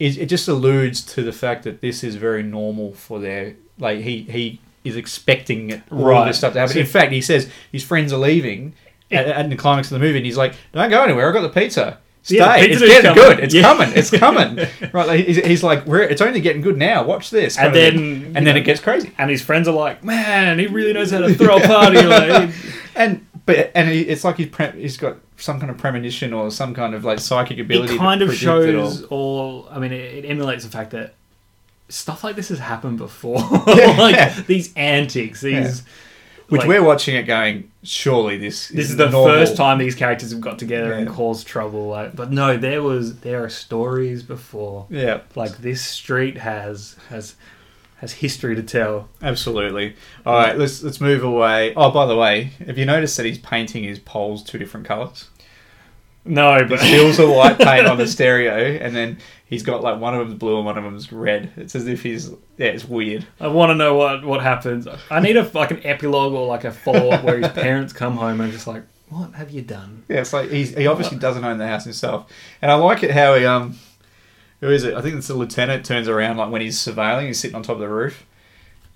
Speaker 1: is it just alludes to the fact that this is very normal for their like he he is expecting it- all
Speaker 2: Right.
Speaker 1: this stuff to happen.
Speaker 2: So-
Speaker 1: In fact, he says his friends are leaving at, at the climax of the movie, and he's like, "Don't go anywhere. I got the pizza." Stay.
Speaker 2: Yeah, the
Speaker 1: it's
Speaker 2: pizza's
Speaker 1: getting
Speaker 2: coming."
Speaker 1: good. It's
Speaker 2: Yeah.
Speaker 1: coming. It's coming. right? Like, he's, he's like, "We're. It's only getting good now. Watch this."
Speaker 2: And
Speaker 1: kind of thing.
Speaker 2: then, you
Speaker 1: and then
Speaker 2: know-
Speaker 1: it gets crazy.
Speaker 2: And his friends are like, "Man, he really knows how to throw a party." Like,
Speaker 1: And but and he, it's like he's pre- he's got some kind of premonition or some kind of like psychic ability.
Speaker 2: it
Speaker 1: to
Speaker 2: kind of
Speaker 1: predict it all.
Speaker 2: shows all i mean it, it emulates the fact that stuff like this has happened before like these antics these
Speaker 1: Which
Speaker 2: like,
Speaker 1: we're watching it going, surely this
Speaker 2: this is the
Speaker 1: normal.
Speaker 2: first time these characters have got together and
Speaker 1: Yeah.
Speaker 2: caused trouble like, but no there was there are stories before
Speaker 1: Yeah,
Speaker 2: like this street has has has history to tell
Speaker 1: absolutely. All right, let's let's move away. Oh, by the way, have you noticed that he's painting his poles two different colours?
Speaker 2: no but
Speaker 1: Steals a white paint on the stereo, and then he's got like one of them's blue and one of them's red. It's as if he's yeah, it's weird.
Speaker 2: i want to know what what happens i need a like an epilogue or like a follow-up where his parents come home and just like what have you done
Speaker 1: Yeah, it's like he's, he obviously doesn't own the house himself, and I like it how he um, who is it? I think it's the lieutenant turns around like when he's surveilling, he's sitting on top of the roof,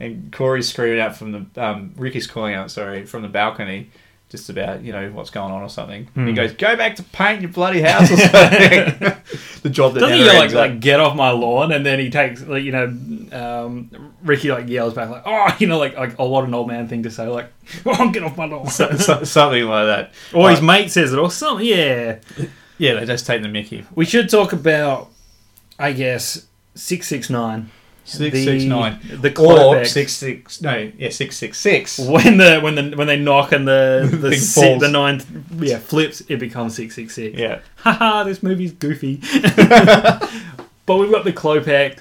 Speaker 1: and Corey's screaming out from the um, Ricky's calling out, sorry, from the balcony, just about you know what's going on or something. And
Speaker 2: Hmm.
Speaker 1: he goes, "Go back to paint your bloody house or something." the job that
Speaker 2: Doesn't
Speaker 1: never
Speaker 2: he like,
Speaker 1: ends,
Speaker 2: like get off my lawn and then he takes like you know um, Ricky like yells back like oh you know like like oh what an old man thing to say like oh get off my lawn
Speaker 1: So- something like that.
Speaker 2: or his
Speaker 1: Like,
Speaker 2: mate says it or something yeah
Speaker 1: yeah, they just take the Mickey.
Speaker 2: we should talk about I guess six six nine
Speaker 1: Six six nine
Speaker 2: the
Speaker 1: or
Speaker 2: clawback.
Speaker 1: six six no yeah six six six.
Speaker 2: when the when the when they knock and the the
Speaker 1: Thing
Speaker 2: si-
Speaker 1: falls.
Speaker 2: the nine yeah flips it becomes six six six
Speaker 1: Yeah,
Speaker 2: haha, this movie's goofy. but we've got the Klopek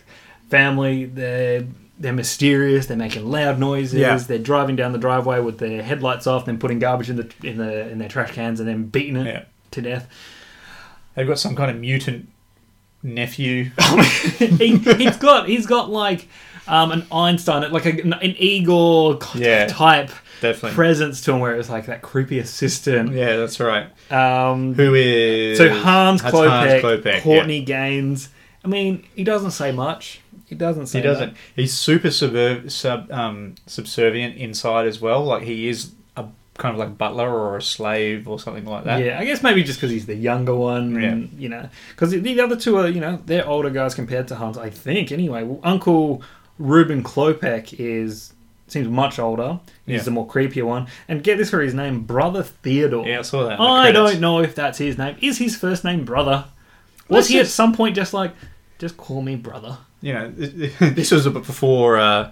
Speaker 2: family. They're they're mysterious. They're making loud noises.
Speaker 1: Yeah.
Speaker 2: They're driving down the driveway with their headlights off, then putting garbage in the in the in their trash cans, and then beating it
Speaker 1: Yeah.
Speaker 2: to death.
Speaker 1: they've got some kind of mutant nephew.
Speaker 2: Oh he, he's got he's got like um, an Einstein, like a, an Igor
Speaker 1: Yeah.
Speaker 2: type
Speaker 1: Definitely.
Speaker 2: presence to him, where it's like that creepy assistant.
Speaker 1: Yeah, that's right.
Speaker 2: Um,
Speaker 1: Who is
Speaker 2: So Hans
Speaker 1: That's
Speaker 2: Klopek,
Speaker 1: Klopek, yeah.
Speaker 2: Courtney Gaines. I mean, he doesn't say much. He doesn't say
Speaker 1: He doesn't.
Speaker 2: much.
Speaker 1: He's super suburb, sub, um, subservient inside as well. Like he is a kind of like butler or a slave or something like that.
Speaker 2: Yeah, I guess maybe just because he's the younger one,
Speaker 1: Uh, Yeah.
Speaker 2: and, you know, because the, the other two are, you know, they're older guys compared to Hans, I think. Anyway, well, Uncle Ruben Klopek is seems much older. He's
Speaker 1: Yeah.
Speaker 2: the more creepier one. And get this for his name, Brother Theodore.
Speaker 1: Yeah, I saw that in the
Speaker 2: I
Speaker 1: credits.
Speaker 2: don't know if that's his name. Is his first name Brother? Was
Speaker 1: Let's
Speaker 2: he at
Speaker 1: just-
Speaker 2: some point just like, just call me Brother?
Speaker 1: You know, this was a bit before uh,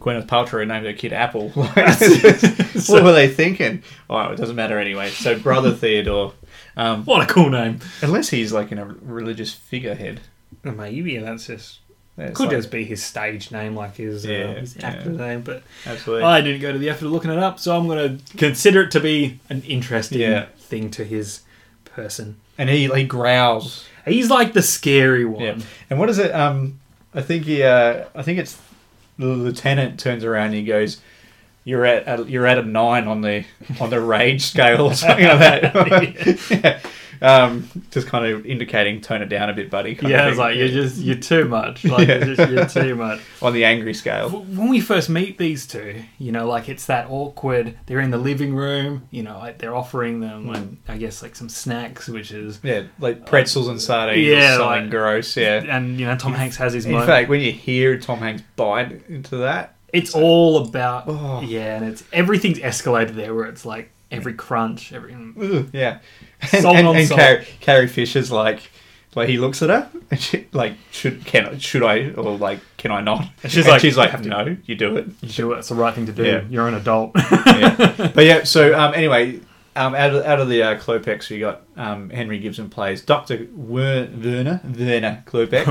Speaker 1: Gwyneth Paltrow named her kid Apple. what were they thinking? Oh, it doesn't matter anyway. So brother Theodore, um,
Speaker 2: What a cool name.
Speaker 1: unless he's like in a religious figurehead.
Speaker 2: Maybe that's just
Speaker 1: Yeah, it's
Speaker 2: Could
Speaker 1: like-
Speaker 2: just be his stage name, like his,
Speaker 1: Yeah,
Speaker 2: uh, his
Speaker 1: yeah.
Speaker 2: actor name, but
Speaker 1: absolutely.
Speaker 2: I didn't go to the effort of looking it up, so I'm going to consider it to be an interesting
Speaker 1: Yeah.
Speaker 2: thing to his person.
Speaker 1: and he he growls
Speaker 2: He's like the scary one.
Speaker 1: Yeah. And what is it? Um, I think he. Uh, I think it's the lieutenant turns around and he goes, "You're at a, you're at a nine on the on the rage scale or something like that." yeah. um, just kind of indicating tone it down a bit, buddy. kind of
Speaker 2: Yeah, it's
Speaker 1: thing.
Speaker 2: like you're just you're too much. Like
Speaker 1: Yeah.
Speaker 2: you're, just, you're too much.
Speaker 1: on the angry scale.
Speaker 2: W- When we first meet these two, you know, like it's that awkward. They're in the living room. You know, like they're offering
Speaker 1: Hmm.
Speaker 2: them, like, I guess, like some snacks, which is
Speaker 1: Yeah, like pretzels and sardines
Speaker 2: Yeah,
Speaker 1: or something
Speaker 2: like-
Speaker 1: gross. Yeah.
Speaker 2: and you know Tom Hanks has his
Speaker 1: In
Speaker 2: moment.
Speaker 1: fact, when you hear Tom Hanks bite into that,
Speaker 2: it's all about
Speaker 1: Oh.
Speaker 2: yeah, and it's everything's escalated there where it's like every crunch, every
Speaker 1: Ugh, yeah. And,
Speaker 2: Salt
Speaker 1: and,
Speaker 2: on
Speaker 1: and
Speaker 2: salt.
Speaker 1: Carrie, Carrie Fisher's like, like he looks at her and she like should can should I or like can I not? And
Speaker 2: she's like-
Speaker 1: she's like, no, you do it.
Speaker 2: you do it, it's the right thing to do.
Speaker 1: Yeah.
Speaker 2: You're an adult.
Speaker 1: Yeah. but yeah, so um, anyway, Um, out of out of the uh, Klopex, we got um, Henry Gibson plays Doctor Wer- Werner Werner Klopex,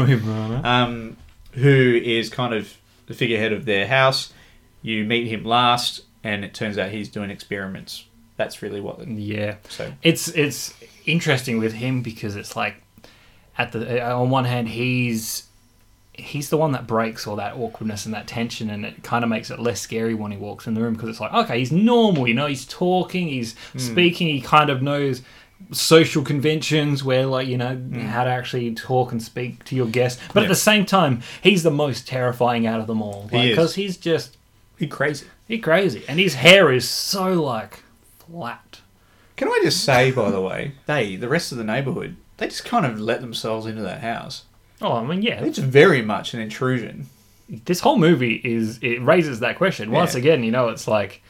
Speaker 1: um, who is kind of the figurehead of their house. You meet him last, and it turns out he's doing experiments. That's really what. The,
Speaker 2: Yeah.
Speaker 1: So-
Speaker 2: it's it's interesting with him because it's like at the uh, on one hand he's he's the one that breaks all that awkwardness and that tension and it kind of makes it less scary when he walks in the room because it's like okay he's normal you know he's talking he's speaking he kind of knows social conventions where like you know how to actually talk and speak to your guests but at
Speaker 1: Yeah.
Speaker 2: the same time he's the most terrifying out of them all
Speaker 1: He is.
Speaker 2: because he's just
Speaker 1: he crazy.
Speaker 2: he crazy and his hair is so like flat
Speaker 1: Can I just say, by the way, they the rest of the neighbourhood they just kind of let themselves into that house.
Speaker 2: Oh, I mean, yeah.
Speaker 1: It's very much an intrusion.
Speaker 2: This whole movie is it raises that question once
Speaker 1: Yeah.
Speaker 2: again. You know, it's like,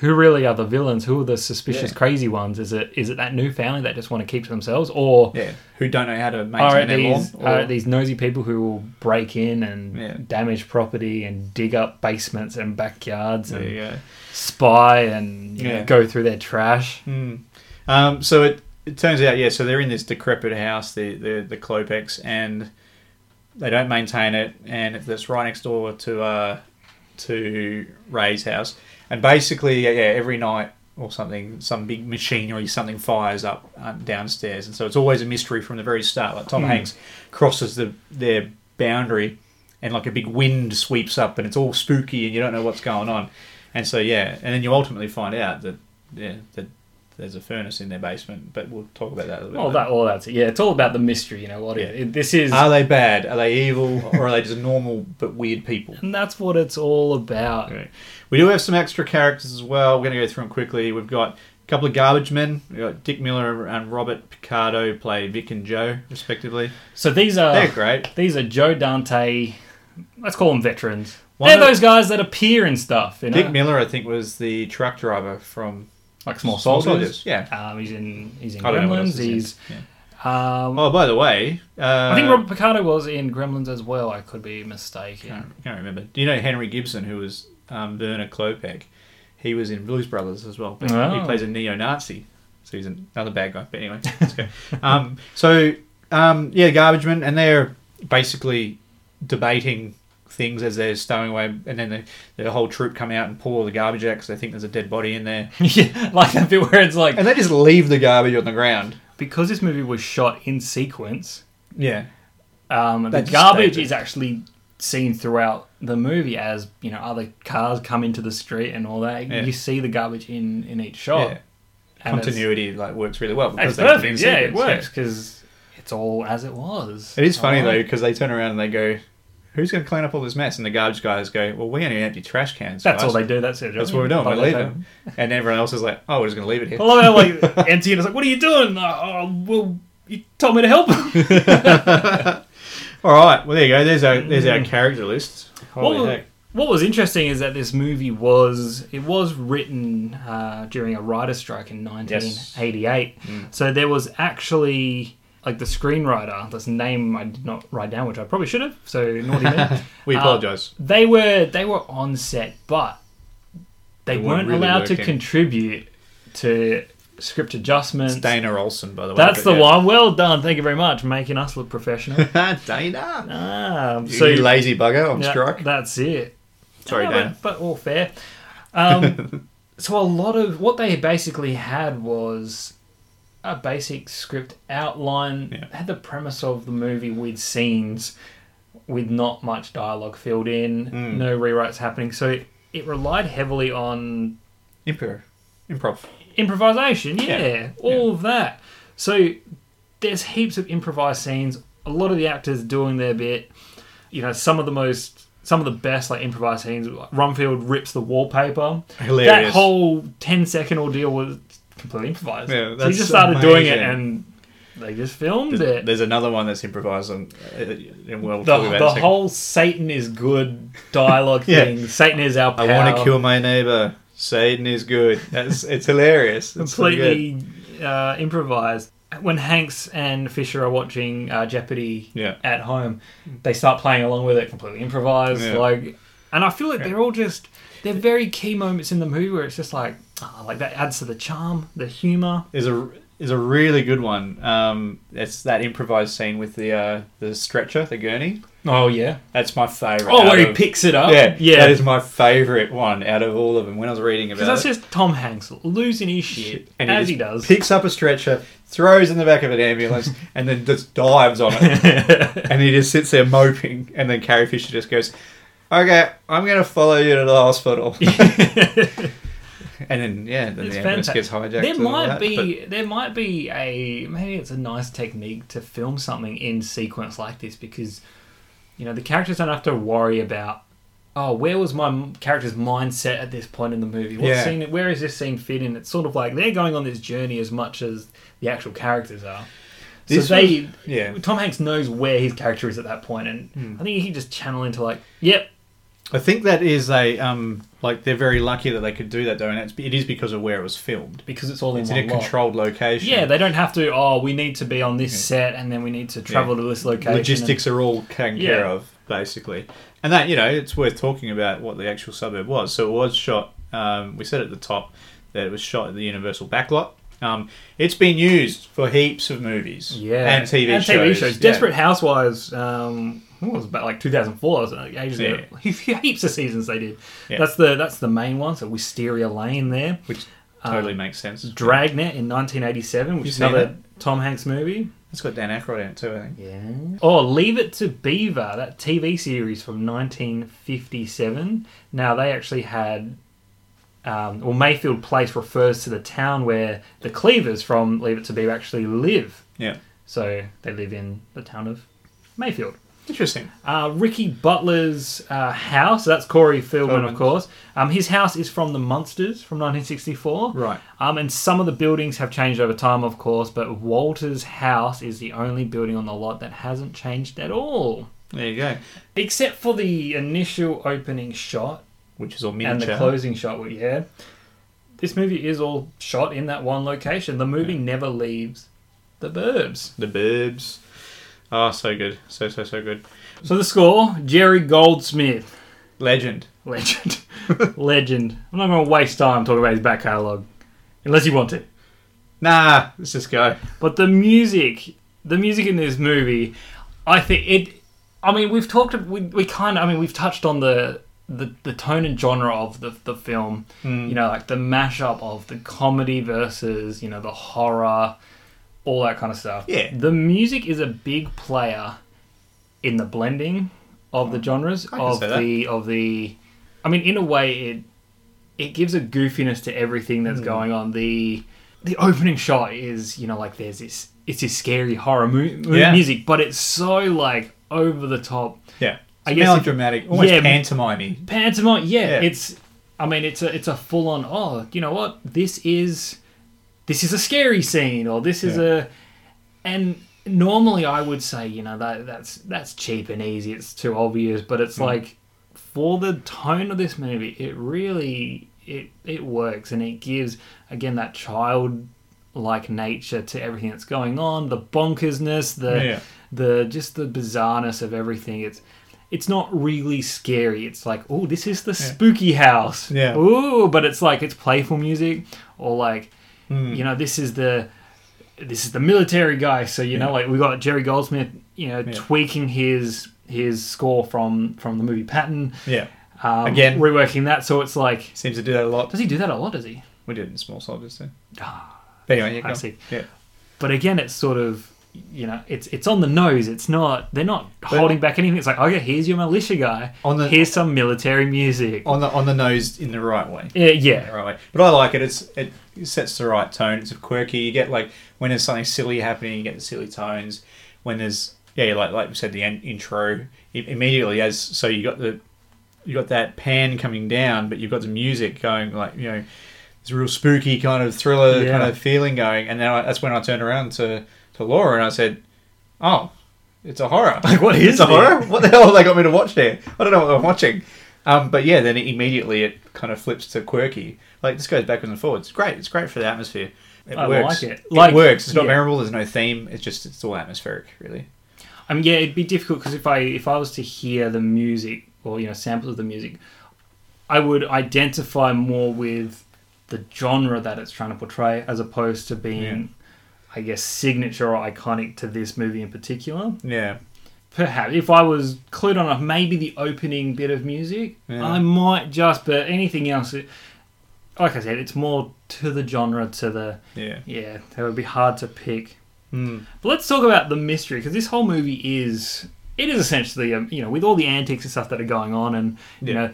Speaker 2: who really are the villains? Who are the suspicious,
Speaker 1: Yeah.
Speaker 2: crazy ones? Is it is it that new family that just want to keep to themselves, or
Speaker 1: Yeah, who don't know how to maintain
Speaker 2: are it
Speaker 1: their lawn?
Speaker 2: these are it these nosy people who will break in and
Speaker 1: Yeah.
Speaker 2: damage property and dig up basements and backyards
Speaker 1: There
Speaker 2: and
Speaker 1: you go.
Speaker 2: spy and you know,
Speaker 1: Yeah. Mm.
Speaker 2: go through their trash?
Speaker 1: Um, so it, it turns out, yeah, so they're in this decrepit house, the, the, the Klopex, and they don't maintain it, and that's right next door to uh, to Ray's house. And basically, yeah, yeah, every night or something, some big machinery, something fires up um, downstairs, and so it's always a mystery from the very start. Like Tom Hanks crosses the their boundary, and like a big wind sweeps up, and it's all spooky, and you don't know what's going on. And so yeah, and then you ultimately find out that yeah that there's a furnace in their basement, but we'll talk about that a little bit.
Speaker 2: All
Speaker 1: later.
Speaker 2: Oh, that, all that's it. Yeah, it's all about the mystery. You know what?
Speaker 1: Yeah.
Speaker 2: It, this is
Speaker 1: Are they bad? Are they evil? Or are they just normal but weird people?
Speaker 2: and that's what it's all about.
Speaker 1: Okay. We do have some extra characters as well. We're going to go through them quickly. We've got a couple of garbage men. We've got Dick Miller and Robert Picardo play Vic and Joe, respectively.
Speaker 2: So these are
Speaker 1: They're great.
Speaker 2: These are Joe Dante. Let's call them veterans.
Speaker 1: One
Speaker 2: They're
Speaker 1: of-
Speaker 2: those guys that appear in stuff, you know,
Speaker 1: Dick Miller, I think, was the truck driver from.
Speaker 2: like small
Speaker 1: Small
Speaker 2: soldiers.
Speaker 1: Soldiers, yeah.
Speaker 2: um, he's in he's in
Speaker 1: I don't know what else
Speaker 2: Gremlins. He's
Speaker 1: is in.
Speaker 2: um,
Speaker 1: Oh, by the way, uh,
Speaker 2: I think Robert Picardo was in Gremlins as well. I could be mistaken.
Speaker 1: I can't remember. Do you know Henry Gibson, who was um, Werner Klopek? He was in Blues Brothers as well. But
Speaker 2: Oh.
Speaker 1: He plays a neo-Nazi, so he's another bad guy. But anyway, let's go. um, so um, yeah, garbage men, and they're basically debating things as they're stowing away, and then the, the whole troop come out and pull all the garbage out because they think there's a dead body in there,
Speaker 2: yeah, like that bit where it's like
Speaker 1: and they just leave the garbage on the ground.
Speaker 2: because this movie was shot in sequence.
Speaker 1: Yeah,
Speaker 2: Um, the
Speaker 1: That's
Speaker 2: garbage
Speaker 1: stated.
Speaker 2: is actually seen throughout the movie as you know other cars come into the street and all that.
Speaker 1: Yeah.
Speaker 2: You see the garbage in in each shot.
Speaker 1: yeah.
Speaker 2: and it's-
Speaker 1: Continuity like works really well because
Speaker 2: It's
Speaker 1: they
Speaker 2: perfect. Yeah, it
Speaker 1: sequence,
Speaker 2: works because it's all as it was.
Speaker 1: It is funny
Speaker 2: Alright.
Speaker 1: though because they turn around and they go, "Who's going to clean up all this mess?" And the garbage guys go, "Well, we only empty trash cans.
Speaker 2: That's
Speaker 1: guys.
Speaker 2: all they do. That's it.
Speaker 1: That's what we're doing. We
Speaker 2: Like,
Speaker 1: leave
Speaker 2: they-
Speaker 1: them." And everyone else is like, "Oh, we're just going to leave it here."
Speaker 2: I love how like empty and it's like, what are you doing? Uh, oh, well, you told me to help.
Speaker 1: All right. Well, there you go. There's our there's
Speaker 2: Mm.
Speaker 1: our character list. Holy
Speaker 2: what, was,
Speaker 1: heck.
Speaker 2: what was interesting is that this movie was it was written uh, during a writer's strike in 1988.
Speaker 1: Mm.
Speaker 2: So there was actually like the screenwriter, this name I did not write down, which I probably should have. So naughty me.
Speaker 1: We
Speaker 2: Uh,
Speaker 1: apologise.
Speaker 2: they were they were on set, but
Speaker 1: They
Speaker 2: they, weren't
Speaker 1: weren't really
Speaker 2: allowed to
Speaker 1: working.
Speaker 2: contribute to script adjustments.
Speaker 1: Dana Olsen, by the way.
Speaker 2: That's
Speaker 1: but
Speaker 2: the
Speaker 1: yeah.
Speaker 2: one. Well done. Thank you very much, making us look professional.
Speaker 1: Dana.
Speaker 2: ah,
Speaker 1: So you lazy bugger on
Speaker 2: yeah,
Speaker 1: strike.
Speaker 2: That's it.
Speaker 1: Sorry,
Speaker 2: No,
Speaker 1: Dana.
Speaker 2: but, but all fair. Um, so a lot of what they basically had was a basic script outline.
Speaker 1: Yeah.
Speaker 2: Had the premise of the movie with scenes, with not much dialogue filled in,
Speaker 1: Hmm.
Speaker 2: no rewrites happening. So it, it relied heavily on
Speaker 1: Improv. Improv.
Speaker 2: improvisation yeah,
Speaker 1: Yeah.
Speaker 2: all of that so there's heaps of improvised scenes a lot of the actors doing their bit you know some of the most some of the best like improvised scenes like rumfield rips the wallpaper that
Speaker 1: Hilarious.
Speaker 2: whole 10 second ordeal was completely improvised
Speaker 1: Yeah,
Speaker 2: so he
Speaker 1: that's
Speaker 2: just started doing it
Speaker 1: amazing.
Speaker 2: and they just filmed it
Speaker 1: There's another one that's improvised on. uh, And we'll
Speaker 2: the,
Speaker 1: talk about it in a
Speaker 2: the
Speaker 1: second.
Speaker 2: whole satan is good dialogue
Speaker 1: Yeah.
Speaker 2: thing satan is our
Speaker 1: I
Speaker 2: power
Speaker 1: want to kill my neighbor. Satan is good. That's it's hilarious. It's so good.
Speaker 2: completely uh, improvised. When Hanks and Fisher are watching uh, Jeopardy
Speaker 1: Yeah.
Speaker 2: at home, they start playing along with it, completely improvised.
Speaker 1: Yeah.
Speaker 2: Like, and I feel like they're all just they're very key moments in the movie where it's just like Ah, like that adds to the charm, the humor.
Speaker 1: There's a is a really good one. Um, it's that improvised scene with the uh, the stretcher, the gurney.
Speaker 2: Oh yeah.
Speaker 1: That's my favorite.
Speaker 2: Oh,
Speaker 1: out
Speaker 2: where he
Speaker 1: of-
Speaker 2: picks it up.
Speaker 1: Yeah,
Speaker 2: yeah.
Speaker 1: That is my favorite one out of all of them. When I was reading about
Speaker 2: Because that's
Speaker 1: it,
Speaker 2: just Tom Hanks losing his shit as
Speaker 1: just
Speaker 2: he does.
Speaker 1: picks up a stretcher, throws in the back of an ambulance, and then just dives on it. and he just sits there moping, and then Carrie Fisher just goes, "Okay, I'm going to follow you to the hospital." and then yeah, then
Speaker 2: It's
Speaker 1: the ambulance
Speaker 2: fantastic.
Speaker 1: gets hijacked.
Speaker 2: There
Speaker 1: and all
Speaker 2: might
Speaker 1: that,
Speaker 2: be there might be a maybe it's a nice technique to film something in sequence like this because you know the characters don't have to worry about oh where was my m- character's mindset at this point in the movie what
Speaker 1: Yeah.
Speaker 2: scene where is this scene fit in it's sort of like they're going on this journey as much as the actual characters are so
Speaker 1: This
Speaker 2: they
Speaker 1: was- yeah. Hmm.
Speaker 2: Tom Hanks knows where his character is at that point and I think he can just channel into like yep
Speaker 1: I think that is a um like they're very lucky that they could do that though, and it's, it is because of where it was filmed.
Speaker 2: because it's all
Speaker 1: It's
Speaker 2: in
Speaker 1: in
Speaker 2: one
Speaker 1: a
Speaker 2: lot.
Speaker 1: controlled location.
Speaker 2: Yeah, they don't have to. Oh, we need to be on this set, and then we need to travel to this location.
Speaker 1: logistics are all taken
Speaker 2: Yeah.
Speaker 1: care of basically and that you know it's worth talking about what the actual suburb was so it was shot um, we said at the top that it was shot at the universal backlot um, it's been used for heaps of movies
Speaker 2: and, yeah,
Speaker 1: and tv shows, yeah.
Speaker 2: Desperate Housewives. Um, what was it, about like 2004, wasn't it? Ages ago. heaps of seasons they did.
Speaker 1: Yeah.
Speaker 2: That's the that's the main one. So Wisteria Lane there.
Speaker 1: which totally
Speaker 2: Um,
Speaker 1: makes sense
Speaker 2: Dragnet in 1987, which
Speaker 1: You
Speaker 2: is
Speaker 1: seen
Speaker 2: another Tom Hanks movie.
Speaker 1: it's got dan Aykroyd in it too i think
Speaker 2: Yeah. Oh, Leave It to Beaver, that TV series from 1957. Now, they actually had. Um, well, Mayfield Place refers to the town where the Cleavers from Leave It to Beaver actually live.
Speaker 1: yeah
Speaker 2: So they live in the town of Mayfield.
Speaker 1: interesting
Speaker 2: Uh, Ricky Butler's uh, house, that's Corey Feldman,
Speaker 1: Feldman.
Speaker 2: of course. Um, his house is from the Munsters from 1964.
Speaker 1: Right.
Speaker 2: Um, and some of the buildings have changed over time, of course, but Walter's house is the only building on the lot that hasn't changed at all.
Speaker 1: there you go
Speaker 2: Except for the initial opening shot
Speaker 1: which is all
Speaker 2: and
Speaker 1: miniature
Speaker 2: the closing shot we had. This movie is all shot in that one location. The movie never leaves the burbs.
Speaker 1: the burbs oh so good so so so good
Speaker 2: So the score Jerry Goldsmith.
Speaker 1: legend
Speaker 2: Legend. Legend. I'm not going to waste time talking about his back catalogue. Unless you want to.
Speaker 1: nah let's just go
Speaker 2: But the music, the music in this movie, I think it. I mean, we've talked. We, we kind of. I mean, we've touched on the the, the tone and genre of the the film.
Speaker 1: Hmm.
Speaker 2: You know, like the mashup of the comedy versus you know the horror, all that kind of stuff.
Speaker 1: Yeah.
Speaker 2: The music is a big player in the blending of the genres
Speaker 1: Hmm. can
Speaker 2: of
Speaker 1: see that.
Speaker 2: the of the. I mean, in a way, it it gives a goofiness to everything that's going on. The the opening shot is, you know, like there's this it's this scary horror mu- mu-
Speaker 1: Yeah.
Speaker 2: music, but it's so like over the top
Speaker 1: yeah
Speaker 2: I
Speaker 1: It's
Speaker 2: guess if-
Speaker 1: melodramatic almost
Speaker 2: yeah.
Speaker 1: pantomimey
Speaker 2: pantomime. Yeah,
Speaker 1: Yeah.
Speaker 2: it's. I mean, it's a it's a full on. Oh, you know what? This is this is a scary scene, or this is
Speaker 1: Yeah.
Speaker 2: a. And normally, I would say, you know, that that's that's cheap and easy. It's too obvious, but it's
Speaker 1: Hmm.
Speaker 2: like for the tone of this movie, it really it it works, and it gives again that child like nature to everything that's going on the bonkersness the
Speaker 1: Yeah.
Speaker 2: the just the bizarreness of everything it's it's not really scary it's like oh this is the spooky house
Speaker 1: Yeah.
Speaker 2: ooh but it's like it's playful music or like
Speaker 1: Hmm.
Speaker 2: you know this is the this is the military guy so you know like we got Jerry Goldsmith you know tweaking his his score from from the movie Patton
Speaker 1: Yeah.
Speaker 2: um,
Speaker 1: Again.
Speaker 2: reworking that so it's like
Speaker 1: Seems to do that a lot.
Speaker 2: does he do that a lot does he
Speaker 1: We did it in small soldiers too. But anyway, yeah, go
Speaker 2: Ah. I
Speaker 1: on.
Speaker 2: see.
Speaker 1: Yeah.
Speaker 2: but again it's sort of you know it's it's on the nose it's not they're not holding back anything it's like okay here's your militia guy
Speaker 1: On the- Oh.
Speaker 2: here's some military music
Speaker 1: On the on the nose in the right way.
Speaker 2: yeah yeah
Speaker 1: Right way. But I like it. It's it sets the right tone. It's quirky. You get like when there's something silly happening, you get the silly tones. When there's yeah, like like we said, the in- intro it immediately as so you got the you got that pan coming down, but you've got the music going like you know it's a real spooky kind of thriller
Speaker 2: Yeah.
Speaker 1: kind of feeling going. And then I, that's when I turned around to to Laura and I said, "Oh, it's a horror. Like
Speaker 2: what is
Speaker 1: it's a
Speaker 2: it?
Speaker 1: horror? What the hell have they got me to watch there? I don't know what I'm watching." Um, but yeah, then it, immediately it kind of flips to quirky. Like this goes backwards and forwards. It's great. It's great for the atmosphere. It
Speaker 2: I
Speaker 1: works.
Speaker 2: like it. Like-
Speaker 1: works. It's not
Speaker 2: yeah.
Speaker 1: memorable. There's no theme. It's just it's all atmospheric, really.
Speaker 2: i mean yeah it'd be difficult because if i if i was to hear the music or you know samples of the music i would identify more with the genre that it's trying to portray, as opposed to being, I guess, signature or iconic to this movie in particular.
Speaker 1: Yeah.
Speaker 2: Perhaps if I was clued on enough, maybe the opening bit of music,
Speaker 1: Yeah.
Speaker 2: I might just. But anything else, it, like I said, it's more to the genre, to the
Speaker 1: Yeah. Hmm.
Speaker 2: yeah, that would be hard to pick. But let's talk about the mystery because this whole movie is it is essentially um, you know with all the antics and stuff that are going on and you
Speaker 1: Yeah.
Speaker 2: know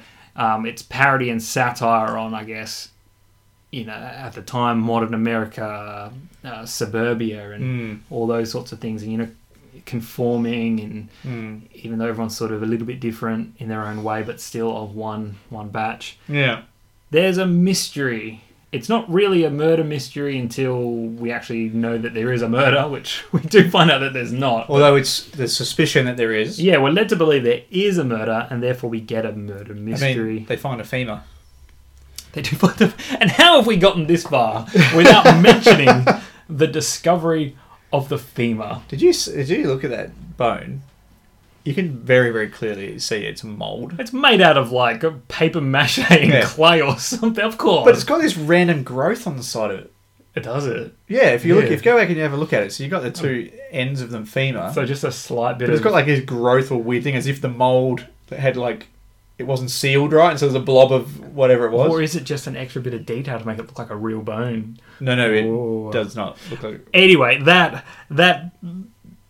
Speaker 2: um, it's parody and satire on I guess you know at the time modern America, uh, suburbia and
Speaker 1: Hmm.
Speaker 2: all those sorts of things and you know conforming and
Speaker 1: Hmm.
Speaker 2: even though everyone's sort of a little bit different in their own way but still of one one batch
Speaker 1: Yeah.
Speaker 2: there's a mystery. It's not really a murder mystery until we actually know that there is a murder, which we do find out that there's not.
Speaker 1: Although it's the suspicion that there is.
Speaker 2: Yeah, we're led to believe there is a murder, and therefore we get a murder
Speaker 1: I
Speaker 2: mystery.
Speaker 1: mean, they find a femur.
Speaker 2: they do find them. And how have we gotten this far without mentioning the discovery of the femur?
Speaker 1: Did you s- did you look at that bone? You can very very clearly see it's mold,
Speaker 2: It's made out of like paper mache and
Speaker 1: Yeah.
Speaker 2: clay or something, of course.
Speaker 1: but it's got this random growth on the side of it.
Speaker 2: it does it.
Speaker 1: Yeah, if you look,
Speaker 2: Yeah.
Speaker 1: if you go back and you have a look at it, so you've got the two ends of them femur,
Speaker 2: So just a slight bit
Speaker 1: but it's
Speaker 2: of
Speaker 1: got like this growth or weird thing, as if the mold that had like it wasn't sealed right, and so there's a blob of whatever it was.
Speaker 2: or is it just an extra bit of detail to make it look like a real bone?
Speaker 1: no, no, it
Speaker 2: Whoa.
Speaker 1: does not look like.
Speaker 2: anyway, that that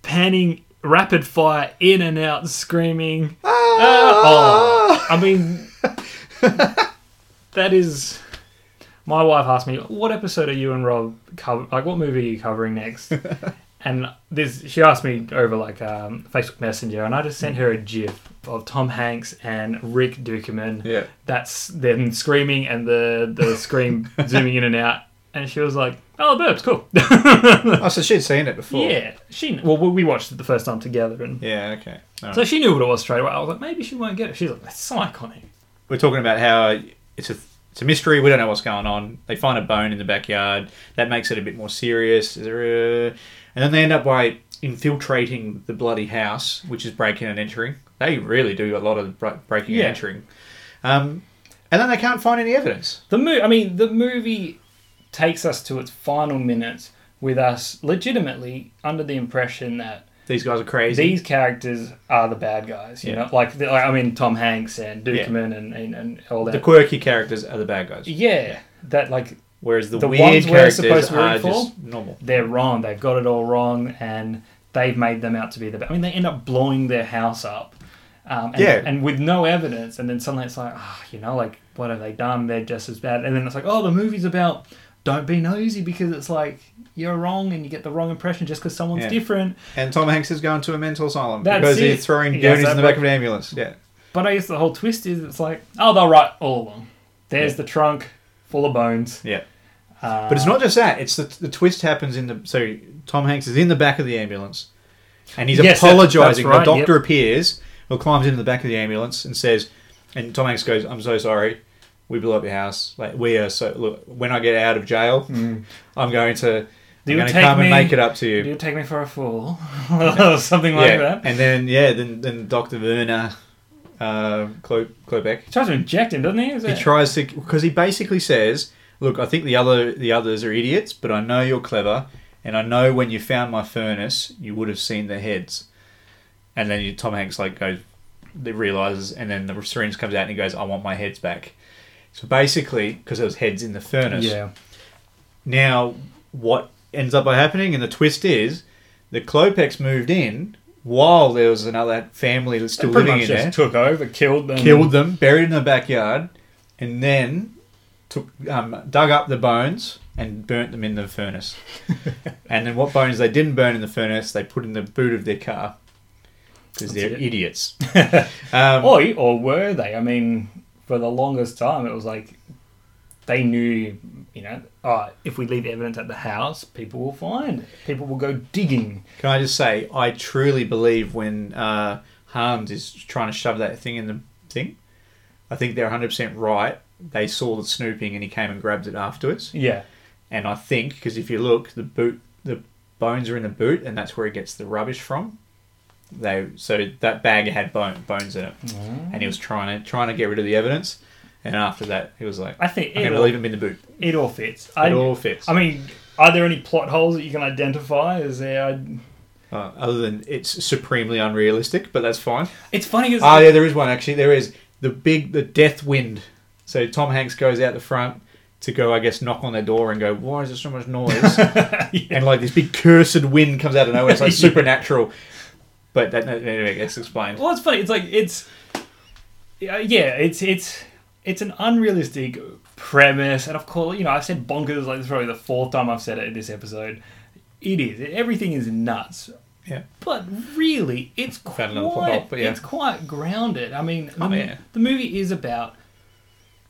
Speaker 2: panning rapid fire in and out screaming. "Ah!" Oh, I mean, that is. My wife asked me, "What episode are you and Rob cover? Like, what movie are you covering next?" and this, she asked me over like um, Facebook Messenger, and I just sent her a GIF of Tom Hanks and Rick Dukeman.
Speaker 1: Yeah.
Speaker 2: that's them screaming and the the scream zooming in and out. And she was like, "Oh, the burps, cool."
Speaker 1: Oh, so she'd seen it before.
Speaker 2: Yeah, she. Well, we we watched it the first time together, and
Speaker 1: Yeah. Okay. All right.
Speaker 2: so she knew what it was straight away. I was like, maybe she won't get it. She's like, that's so iconic.
Speaker 1: we're talking about how it's a it's a mystery. We don't know what's going on. They find a bone in the backyard. That makes it a bit more serious. Is there a- And then they end up by infiltrating the bloody house, which is breaking and entering. They really do a lot of br- breaking
Speaker 2: Yeah.
Speaker 1: and entering. Um, and then they can't find any evidence.
Speaker 2: The mo- I mean, the movie takes us to its final minutes with us legitimately under the impression that
Speaker 1: These guys are crazy.
Speaker 2: these characters are the bad guys. You
Speaker 1: Yeah.
Speaker 2: know, like the, like, I mean, Tom Hanks and Dukeman and, and and all that.
Speaker 1: the quirky characters are the bad guys,
Speaker 2: yeah, that like
Speaker 1: whereas the,
Speaker 2: The
Speaker 1: weird
Speaker 2: ones we're
Speaker 1: characters
Speaker 2: supposed to root
Speaker 1: are
Speaker 2: for?
Speaker 1: just normal.
Speaker 2: they're wrong. They've got it all wrong, and they've made them out to be the. I mean, they end up blowing their house up, um, and,
Speaker 1: Yeah.
Speaker 2: and with no evidence. And then suddenly it's like, ah, you know, like what have they done? They're just as bad. And then it's like, oh, the movie's about don't be nosy because it's like you're wrong and you get the wrong impression just because someone's
Speaker 1: Yeah.
Speaker 2: different.
Speaker 1: And Tom Hanks is going to a mental asylum
Speaker 2: That's
Speaker 1: because
Speaker 2: it.
Speaker 1: he's throwing
Speaker 2: Yes,
Speaker 1: goonies in the
Speaker 2: that-
Speaker 1: back of an ambulance. Yeah.
Speaker 2: But I guess the whole twist is it's like, oh, they're right all along. There's
Speaker 1: Yeah.
Speaker 2: the trunk full of bones.
Speaker 1: Yeah. but it's not just that. It's the, the twist happens in the so Tom Hanks is in the back of the ambulance, and he's
Speaker 2: Yes, that-
Speaker 1: apologizing.
Speaker 2: that's right,
Speaker 1: the doctor appears or climbs into the back of the ambulance and says, and Tom Hanks goes, "I'm so sorry, we blew up your house. Like we are so look. When I get out of jail, I'm going to I'm
Speaker 2: Do you
Speaker 1: going to
Speaker 2: Mm. take
Speaker 1: come
Speaker 2: me-
Speaker 1: and make it up to you."
Speaker 2: You take me for a fool, or something like
Speaker 1: yeah,
Speaker 2: that.
Speaker 1: and then yeah, then then Doctor Werner uh, Klo- Klobeck
Speaker 2: He tries to inject him, doesn't he? Is
Speaker 1: He
Speaker 2: it-
Speaker 1: tries to because he basically says, "Look, I think the other the others are idiots, but I know you're clever, and I know when you found my furnace, you would have seen their heads." And then you, Tom Hanks like goes, they realizes, and then the syringe comes out and he goes, "I want my heads back." So basically, because there was heads in the furnace,
Speaker 2: yeah.
Speaker 1: now, what ends up by happening, and the twist is, the Klopex moved in while there was another family that's still
Speaker 2: pretty
Speaker 1: living in
Speaker 2: much just
Speaker 1: there,
Speaker 2: took over, killed them.
Speaker 1: killed them, buried in the backyard, and then took um, dug up the bones and burnt them in the furnace. and then what bones they didn't burn in the furnace, they put in the boot of their car because they're
Speaker 2: it.
Speaker 1: idiots. um,
Speaker 2: Or, or were they? I mean, for the longest time, it was like they knew, you know, oh, if we leave evidence at the house, people will find it. People will go digging.
Speaker 1: Can I just say, I truly believe when uh, Harms is trying to shove that thing in the thing, I think they're 100% right. They saw the snooping and he came and grabbed it afterwards.
Speaker 2: Yeah.
Speaker 1: And I think, because if you look, the boot, the bones are in the boot and that's where he gets the rubbish from. They So that bag had bone, bones in it. And he was trying to, trying to get rid of the evidence. And after that, it was like,
Speaker 2: I think
Speaker 1: okay,
Speaker 2: it
Speaker 1: we'll
Speaker 2: all-
Speaker 1: leave him in the boot.
Speaker 2: It all fits. I,
Speaker 1: it all fits.
Speaker 2: I mean, are there any plot holes that you can identify? Is there?
Speaker 1: uh, other than it's supremely unrealistic, but that's fine.
Speaker 2: It's funny because
Speaker 1: Ah, yeah, there is one actually. There is the big the death wind. So Tom Hanks goes out the front to go, I guess, knock on their door and go, "Why is there so much noise?" And like this big cursed wind comes out of nowhere. It's like supernatural. But that anyway gets explained.
Speaker 2: Well, it's funny. It's like it's yeah, yeah, it's it's it's an unrealistic premise, and of course, you know, I've said bonkers like this is probably the fourth time I've said it in this episode. It is. Everything is nuts.
Speaker 1: Yeah.
Speaker 2: But really, it's quite,
Speaker 1: Found another plot hole, but yeah.
Speaker 2: it's quite grounded. I mean, the,
Speaker 1: Oh, yeah.
Speaker 2: the movie is about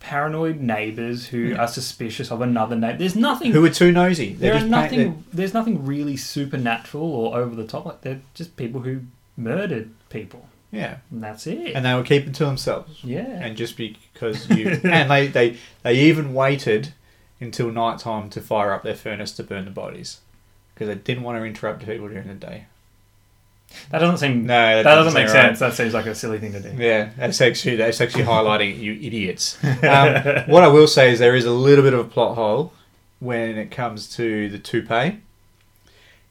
Speaker 2: paranoid neighbors who are suspicious of another neighbor. There's nothing
Speaker 1: Who are too nosy? They're
Speaker 2: there are
Speaker 1: just pa-
Speaker 2: nothing.
Speaker 1: they're-
Speaker 2: there's nothing really supernatural or over the top. Like they're just people who murdered people,
Speaker 1: yeah,
Speaker 2: and that's it.
Speaker 1: and they will keep it to themselves.
Speaker 2: yeah,
Speaker 1: And just because you and they they they even waited until night time to fire up their furnace to burn the bodies because they didn't want to interrupt people during the day.
Speaker 2: that doesn't seem.
Speaker 1: No, that
Speaker 2: that, doesn't
Speaker 1: doesn't
Speaker 2: make
Speaker 1: seem right.
Speaker 2: sense. That seems like a silly thing to do.
Speaker 1: Yeah, that's actually that's actually highlighting you idiots. Um, what I will say is there is a little bit of a plot hole when it comes to the toupee,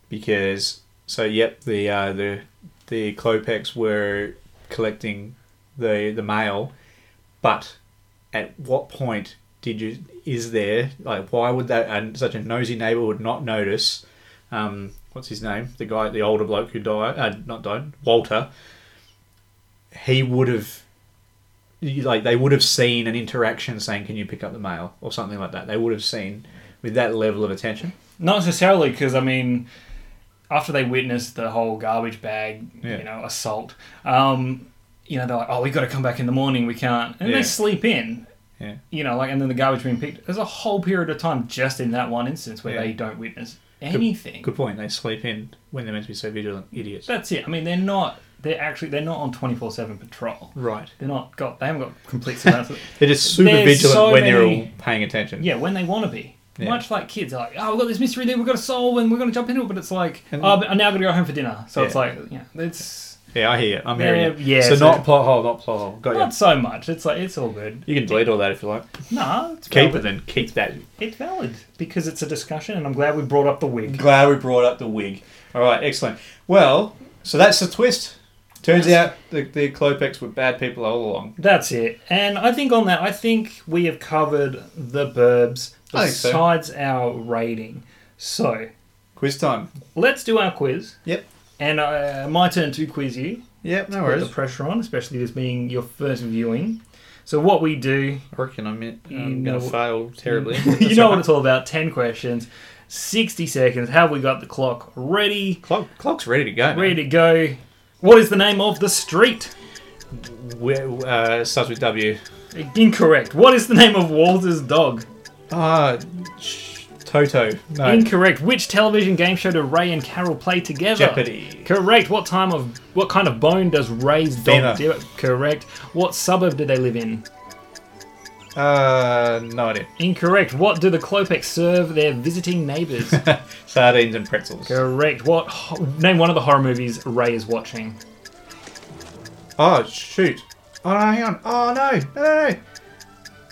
Speaker 1: because so yep the uh, the the Clopex were collecting the the mail, but at what point did you is there like why would that and such a nosy neighbor would not notice? Um, what's his name? The guy, the older bloke who died, uh, not died, Walter he would have you- like they would have seen an interaction saying can you pick up the mail or something like that they would have seen with that level of attention
Speaker 2: Not necessarily, because I mean, after they witnessed the whole garbage bag,
Speaker 1: Yeah.
Speaker 2: you know, assault. Um, you know, they're like, "Oh, we got to come back in the morning. We can't." And
Speaker 1: Yeah.
Speaker 2: they sleep in.
Speaker 1: Yeah.
Speaker 2: You know, like, and then the garbage being picked. There's a whole period of time just in that one instance where
Speaker 1: Yeah.
Speaker 2: they don't witness anything.
Speaker 1: good point they sleep in when they're meant to be so vigilant idiots
Speaker 2: That's it. I mean, they're not. They're actually they're not on twenty four seven patrol.
Speaker 1: right
Speaker 2: They're not got. They haven't got complete surveillance.
Speaker 1: they're just super
Speaker 2: There's
Speaker 1: vigilant
Speaker 2: so
Speaker 1: when they're all
Speaker 2: many-
Speaker 1: paying attention
Speaker 2: yeah, when they want to be.
Speaker 1: Yeah.
Speaker 2: Much like kids, they're like, oh, we've got this mystery that we've got to solve and we're going to jump into it, but it's like,
Speaker 1: And-
Speaker 2: oh, but I'm now going to go home for dinner. So it's
Speaker 1: Yeah.
Speaker 2: like, yeah, it's
Speaker 1: yeah i hear you i'm
Speaker 2: Yeah,
Speaker 1: hearing you
Speaker 2: yeah,
Speaker 1: so,
Speaker 2: so-
Speaker 1: not plot hole not plot hole got
Speaker 2: not
Speaker 1: you
Speaker 2: so much. It's like, it's all good.
Speaker 1: you can delete all that if you like
Speaker 2: Nah, it's
Speaker 1: keep it
Speaker 2: valid.
Speaker 1: then keep that
Speaker 2: It's valid because it's a discussion and I'm glad we brought up the wig.
Speaker 1: glad we brought up the wig all right excellent well so that's the twist turns out the, the clopex were bad people all along
Speaker 2: That's it. And I think on that, I think we have covered the burbs
Speaker 1: I think so.
Speaker 2: besides our rating. So
Speaker 1: quiz time
Speaker 2: let's do our quiz.
Speaker 1: yep
Speaker 2: And uh, my turn to quiz you.
Speaker 1: yep no
Speaker 2: Put
Speaker 1: worries
Speaker 2: the pressure on, especially this being your first viewing. So what we do,
Speaker 1: I reckon I'm, in,
Speaker 2: You
Speaker 1: I'm
Speaker 2: know-
Speaker 1: going to fail terribly.
Speaker 2: you know what it's all about. Ten questions, sixty seconds. Have we got the clock ready?
Speaker 1: Clock, clock's ready to go. man.
Speaker 2: Ready to go. What is the name of the street?
Speaker 1: Where, uh, starts with W.
Speaker 2: Incorrect. What is the name of Walter's dog?
Speaker 1: Ah, sh- Toto. No.
Speaker 2: Incorrect. Which television game show do Ray and Carol play together?
Speaker 1: Jeopardy.
Speaker 2: Correct. What time of what kind of bone does Ray's
Speaker 1: Femur.
Speaker 2: dog? do? Correct. What suburb do they live in?
Speaker 1: uh, no idea.
Speaker 2: Incorrect. What do the Clopex serve their visiting neighbours?
Speaker 1: Sardines and pretzels.
Speaker 2: Correct. What ho- name one of the horror movies Ray is watching?
Speaker 1: Oh, shoot. Oh, no, hang on. Oh, no. No, no, no.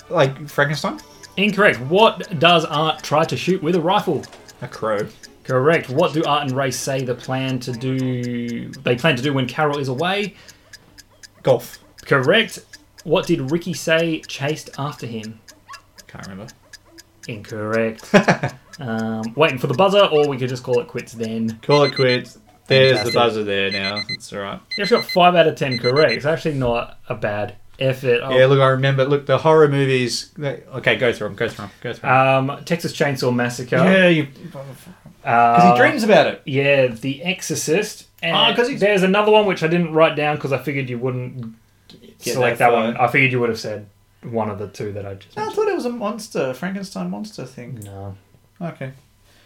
Speaker 1: Like Frankenstein?
Speaker 2: Incorrect. What does Art try to shoot with a rifle?
Speaker 1: A crow.
Speaker 2: Correct. What do Art and Ray say the plan to do? They plan to do when Carol is away.
Speaker 1: Golf.
Speaker 2: Correct. What did Ricky say chased after him?
Speaker 1: Can't remember.
Speaker 2: Incorrect. um, waiting for the buzzer, or we could just call it quits then.
Speaker 1: Call it quits. There's
Speaker 2: Fantastic.
Speaker 1: the buzzer there now. It's all right.
Speaker 2: You've got five out of ten correct. It's actually not a bad effort. Oh,
Speaker 1: Yeah, look, I remember. Look, the horror movies. they- Okay, go through them. Go through them. Go through 'em.
Speaker 2: Um, Texas Chainsaw Massacre.
Speaker 1: yeah, you.
Speaker 2: Uh,
Speaker 1: Because he dreams about it.
Speaker 2: Yeah, The Exorcist. And
Speaker 1: Ah, 'cause he's-
Speaker 2: there's another one which I didn't write down because I figured you wouldn't
Speaker 1: Get
Speaker 2: select
Speaker 1: that
Speaker 2: that
Speaker 1: far.
Speaker 2: one. I figured you would have said one of the two that I just.
Speaker 1: I
Speaker 2: Mentioned.
Speaker 1: thought it was a monster, Frankenstein monster thing.
Speaker 2: No.
Speaker 1: Okay.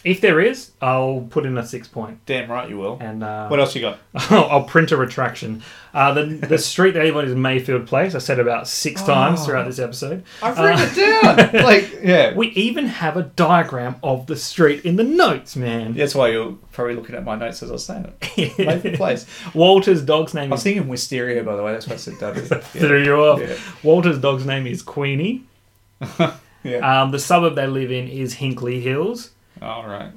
Speaker 2: If there is, I'll put in a six point
Speaker 1: Damn right you will.
Speaker 2: and uh,
Speaker 1: What else you got?
Speaker 2: I'll print a retraction. Uh, the the street that everyone is Mayfield Place. I said about six
Speaker 1: Oh.
Speaker 2: times throughout this episode.
Speaker 1: I've written it down. Like, yeah.
Speaker 2: We even have a diagram of the street in the notes, man.
Speaker 1: That's why you're probably looking at my notes as I was saying it. Maybe place.
Speaker 2: Walter's dog's name
Speaker 1: I was
Speaker 2: is
Speaker 1: thinking Wisteria, by the way. That's why I said W.
Speaker 2: threw
Speaker 1: Yeah.
Speaker 2: you off.
Speaker 1: Yeah.
Speaker 2: Walter's dog's name is Queenie.
Speaker 1: yeah.
Speaker 2: Um, the suburb they live in is Hinkley Hills.
Speaker 1: All right.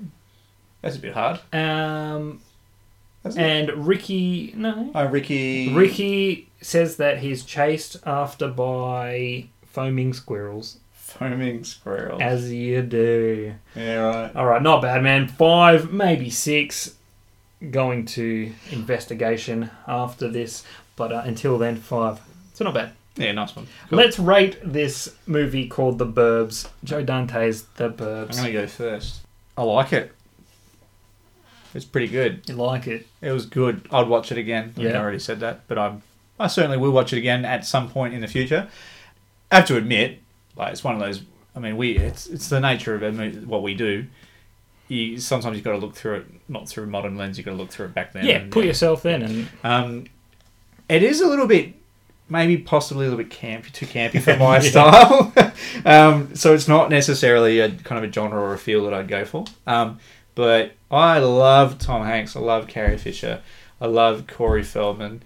Speaker 1: That's a bit hard.
Speaker 2: Um,
Speaker 1: That's it.
Speaker 2: and Ricky, no,
Speaker 1: Oh, eh. Ricky.
Speaker 2: Ricky says that he's chased after by foaming squirrels.
Speaker 1: Foaming squirrel.
Speaker 2: As you do.
Speaker 1: yeah, right.
Speaker 2: All right, not bad, man. Five, maybe six, going to investigation after this. But uh, until then, five. So not bad.
Speaker 1: Yeah, nice one. Cool.
Speaker 2: Let's rate this movie called The Burbs. Joe Dante's The
Speaker 1: I'm
Speaker 2: Burbs.
Speaker 1: going to go first. I like it. It's pretty good.
Speaker 2: You like it?
Speaker 1: It was good. I'd watch it again. I, think
Speaker 2: Yeah.
Speaker 1: I already said that, but I'm, I certainly will watch it again at some point in the future. I have to admit, like it's one of those. I mean, we it's it's the nature of a mo- what we do. You sometimes you've got to look through it, not through a modern lens. You've got to look through it back then.
Speaker 2: Yeah,
Speaker 1: and-
Speaker 2: put yourself in and
Speaker 1: Um, it is a little bit, maybe possibly a little bit campy, too campy for my style. um, so it's not necessarily a kind of a genre or a feel that I'd go for. Um, but I love Tom Hanks. I love Carrie Fisher. I love Corey Feldman.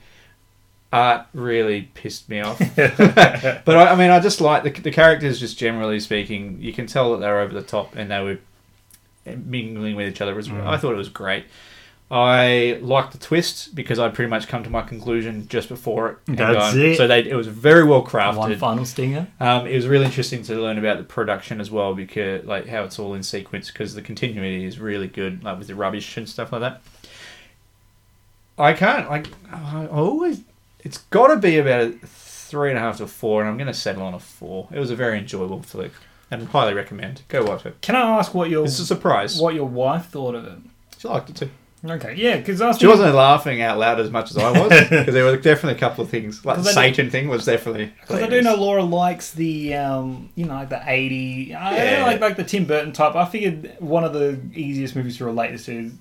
Speaker 1: Art really pissed me off. but I, I mean, I just like the, the characters, just generally speaking. You can tell that they're over the top and they were mingling with each other. It was-
Speaker 2: Mm.
Speaker 1: I thought it was great. I liked the twist because I'd pretty much come to my conclusion just before it. had
Speaker 2: That's
Speaker 1: gone.
Speaker 2: it.
Speaker 1: So they, it was very well
Speaker 2: one
Speaker 1: crafted.
Speaker 2: final stinger.
Speaker 1: Um, it was really interesting to learn about the production as well because like how it's all in sequence because the continuity is really good like with the rubbish and stuff like that. I can't like I always it's got to be about a three and a half to four and I'm going to settle on a four. It was a very enjoyable flick and highly recommend. Go watch it.
Speaker 2: Can I ask what your
Speaker 1: It's a surprise.
Speaker 2: what your wife thought of it?
Speaker 1: She liked it too.
Speaker 2: Okay, yeah, because I was
Speaker 1: She
Speaker 2: thinking-
Speaker 1: wasn't laughing out loud as much as I was because there were definitely a couple of things like the
Speaker 2: 'Cause I do-
Speaker 1: Satan thing was definitely
Speaker 2: Because I do know Laura likes the, um, you know, like the eighty, I
Speaker 1: Yeah.
Speaker 2: don't like like the Tim Burton type. I figured one of the easiest movies to relate this to, is,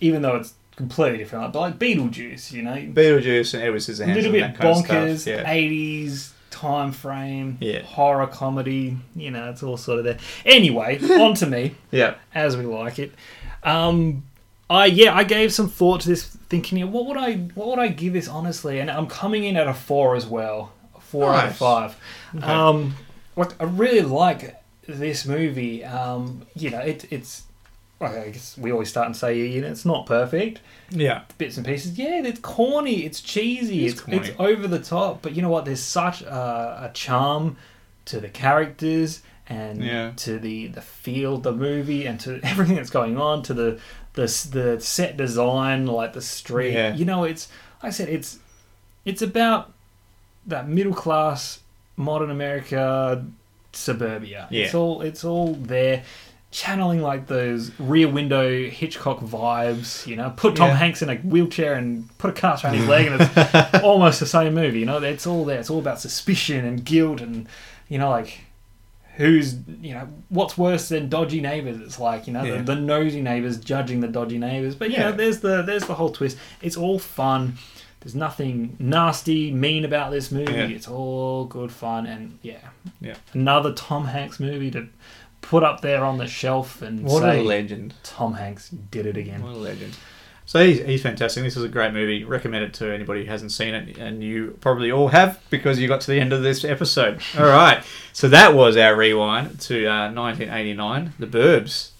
Speaker 2: even though it's completely different, like, but like Beetlejuice, you know,
Speaker 1: Beetlejuice and Edward Scissorhands
Speaker 2: a little bit
Speaker 1: and that kind of
Speaker 2: bonkers,
Speaker 1: stuff. Yeah.
Speaker 2: eighties time frame,
Speaker 1: Yeah.
Speaker 2: horror comedy, you know, it's all sort of there. Anyway, on to me
Speaker 1: yeah.
Speaker 2: as we like it. Um, I yeah, I gave some thought to this, thinking, you know, what would I what would I give this honestly? And I'm coming in at a four as well, a four out of
Speaker 1: Nice.
Speaker 2: five. Um, like I really like this movie. Um, you know, it, it's. I guess we always start and say, you know, it's not perfect
Speaker 1: Yeah.
Speaker 2: bits and pieces. Yeah, it's corny, it's cheesy,
Speaker 1: It is
Speaker 2: it's,
Speaker 1: corny.
Speaker 2: it's over the top. But you know what? There's such a, a charm to the characters and
Speaker 1: Yeah.
Speaker 2: to the the feel, the movie, and to everything that's going on, to the the s- the set design, like the street.
Speaker 1: Yeah.
Speaker 2: You know, it's like I said, it's it's about that middle class modern America suburbia.
Speaker 1: Yeah.
Speaker 2: It's all it's all there. Channeling like those rear window Hitchcock vibes, you know, put Tom
Speaker 1: Yeah.
Speaker 2: Hanks in a wheelchair and put a cast around his leg, and it's almost the same movie. You know, it's all there. It's all about suspicion and guilt, and you know, like who's you know what's worse than dodgy neighbors? It's like you know
Speaker 1: Yeah.
Speaker 2: the, the nosy neighbors judging the dodgy neighbors. But you
Speaker 1: Yeah.
Speaker 2: know, there's the there's the whole twist. It's all fun. There's nothing nasty, mean about this movie.
Speaker 1: Yeah.
Speaker 2: It's all good fun, and yeah,
Speaker 1: Yeah.
Speaker 2: another Tom Hanks movie to put up there on the shelf and
Speaker 1: What
Speaker 2: say
Speaker 1: a legend.
Speaker 2: Tom Hanks did it again.
Speaker 1: What a legend. So he's, he's fantastic. This is a great movie. Recommend it to anybody who hasn't seen it, and you probably all have because you got to the end of this episode. All right. So that was our rewind to uh, 1989, The Burbs.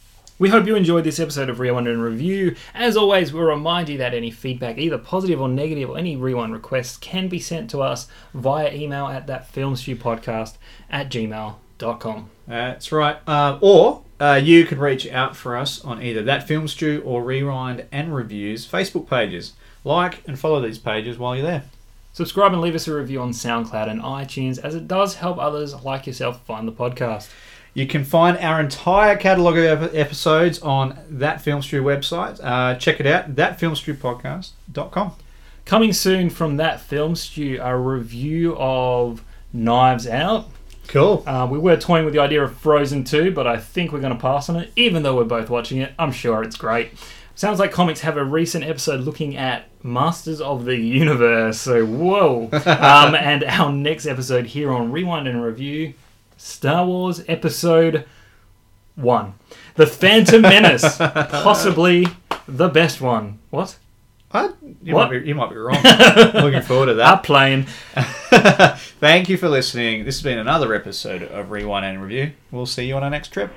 Speaker 2: We hope you enjoyed this episode of Rewind and Review. As always, we'll remind you that any feedback, either positive or negative, or any Rewind requests can be sent to us via email at thatfilmstewpodcast at gmail.com.
Speaker 1: That's right. Uh, or uh, you can reach out for us on either That Film Stew or Rewind and Reviews Facebook pages. Like and follow these pages while you're there.
Speaker 2: Subscribe and leave us a review on SoundCloud and iTunes, as it does help others like yourself find the podcast.
Speaker 1: You can find our entire catalogue of ep- episodes on That Film Stew website. Uh, check it out, thatfilmstewpodcast.com.
Speaker 2: Coming soon from that film stew, a review of Knives Out.
Speaker 1: Cool.
Speaker 2: Uh, we were toying with the idea of Frozen 2, but I think we're going to pass on it, even though we're both watching it. I'm sure it's great. Sounds like comics have a recent episode looking at Masters of the Universe, so whoa. um, and our next episode here on Rewind and Review Star Wars Episode 1 The Phantom Menace, possibly the best one. What?
Speaker 1: I, Uh, you,
Speaker 2: What?
Speaker 1: Might be, you might be wrong. Looking forward to
Speaker 2: Our
Speaker 1: that.
Speaker 2: plane.
Speaker 1: Thank you for listening. This has been another episode of Rewind and Review. We'll see you on our next trip.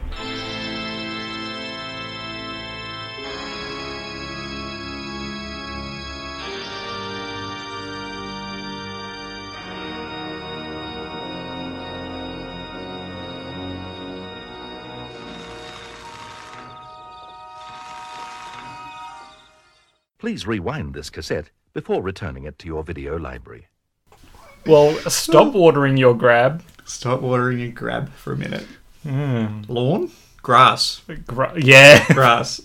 Speaker 5: Please rewind this cassette before returning it to your video library.
Speaker 2: Well, stop ordering your grab.
Speaker 1: Stop watering your grab for a minute. Lawn? Grass.
Speaker 2: Gra- yeah.
Speaker 1: Grass.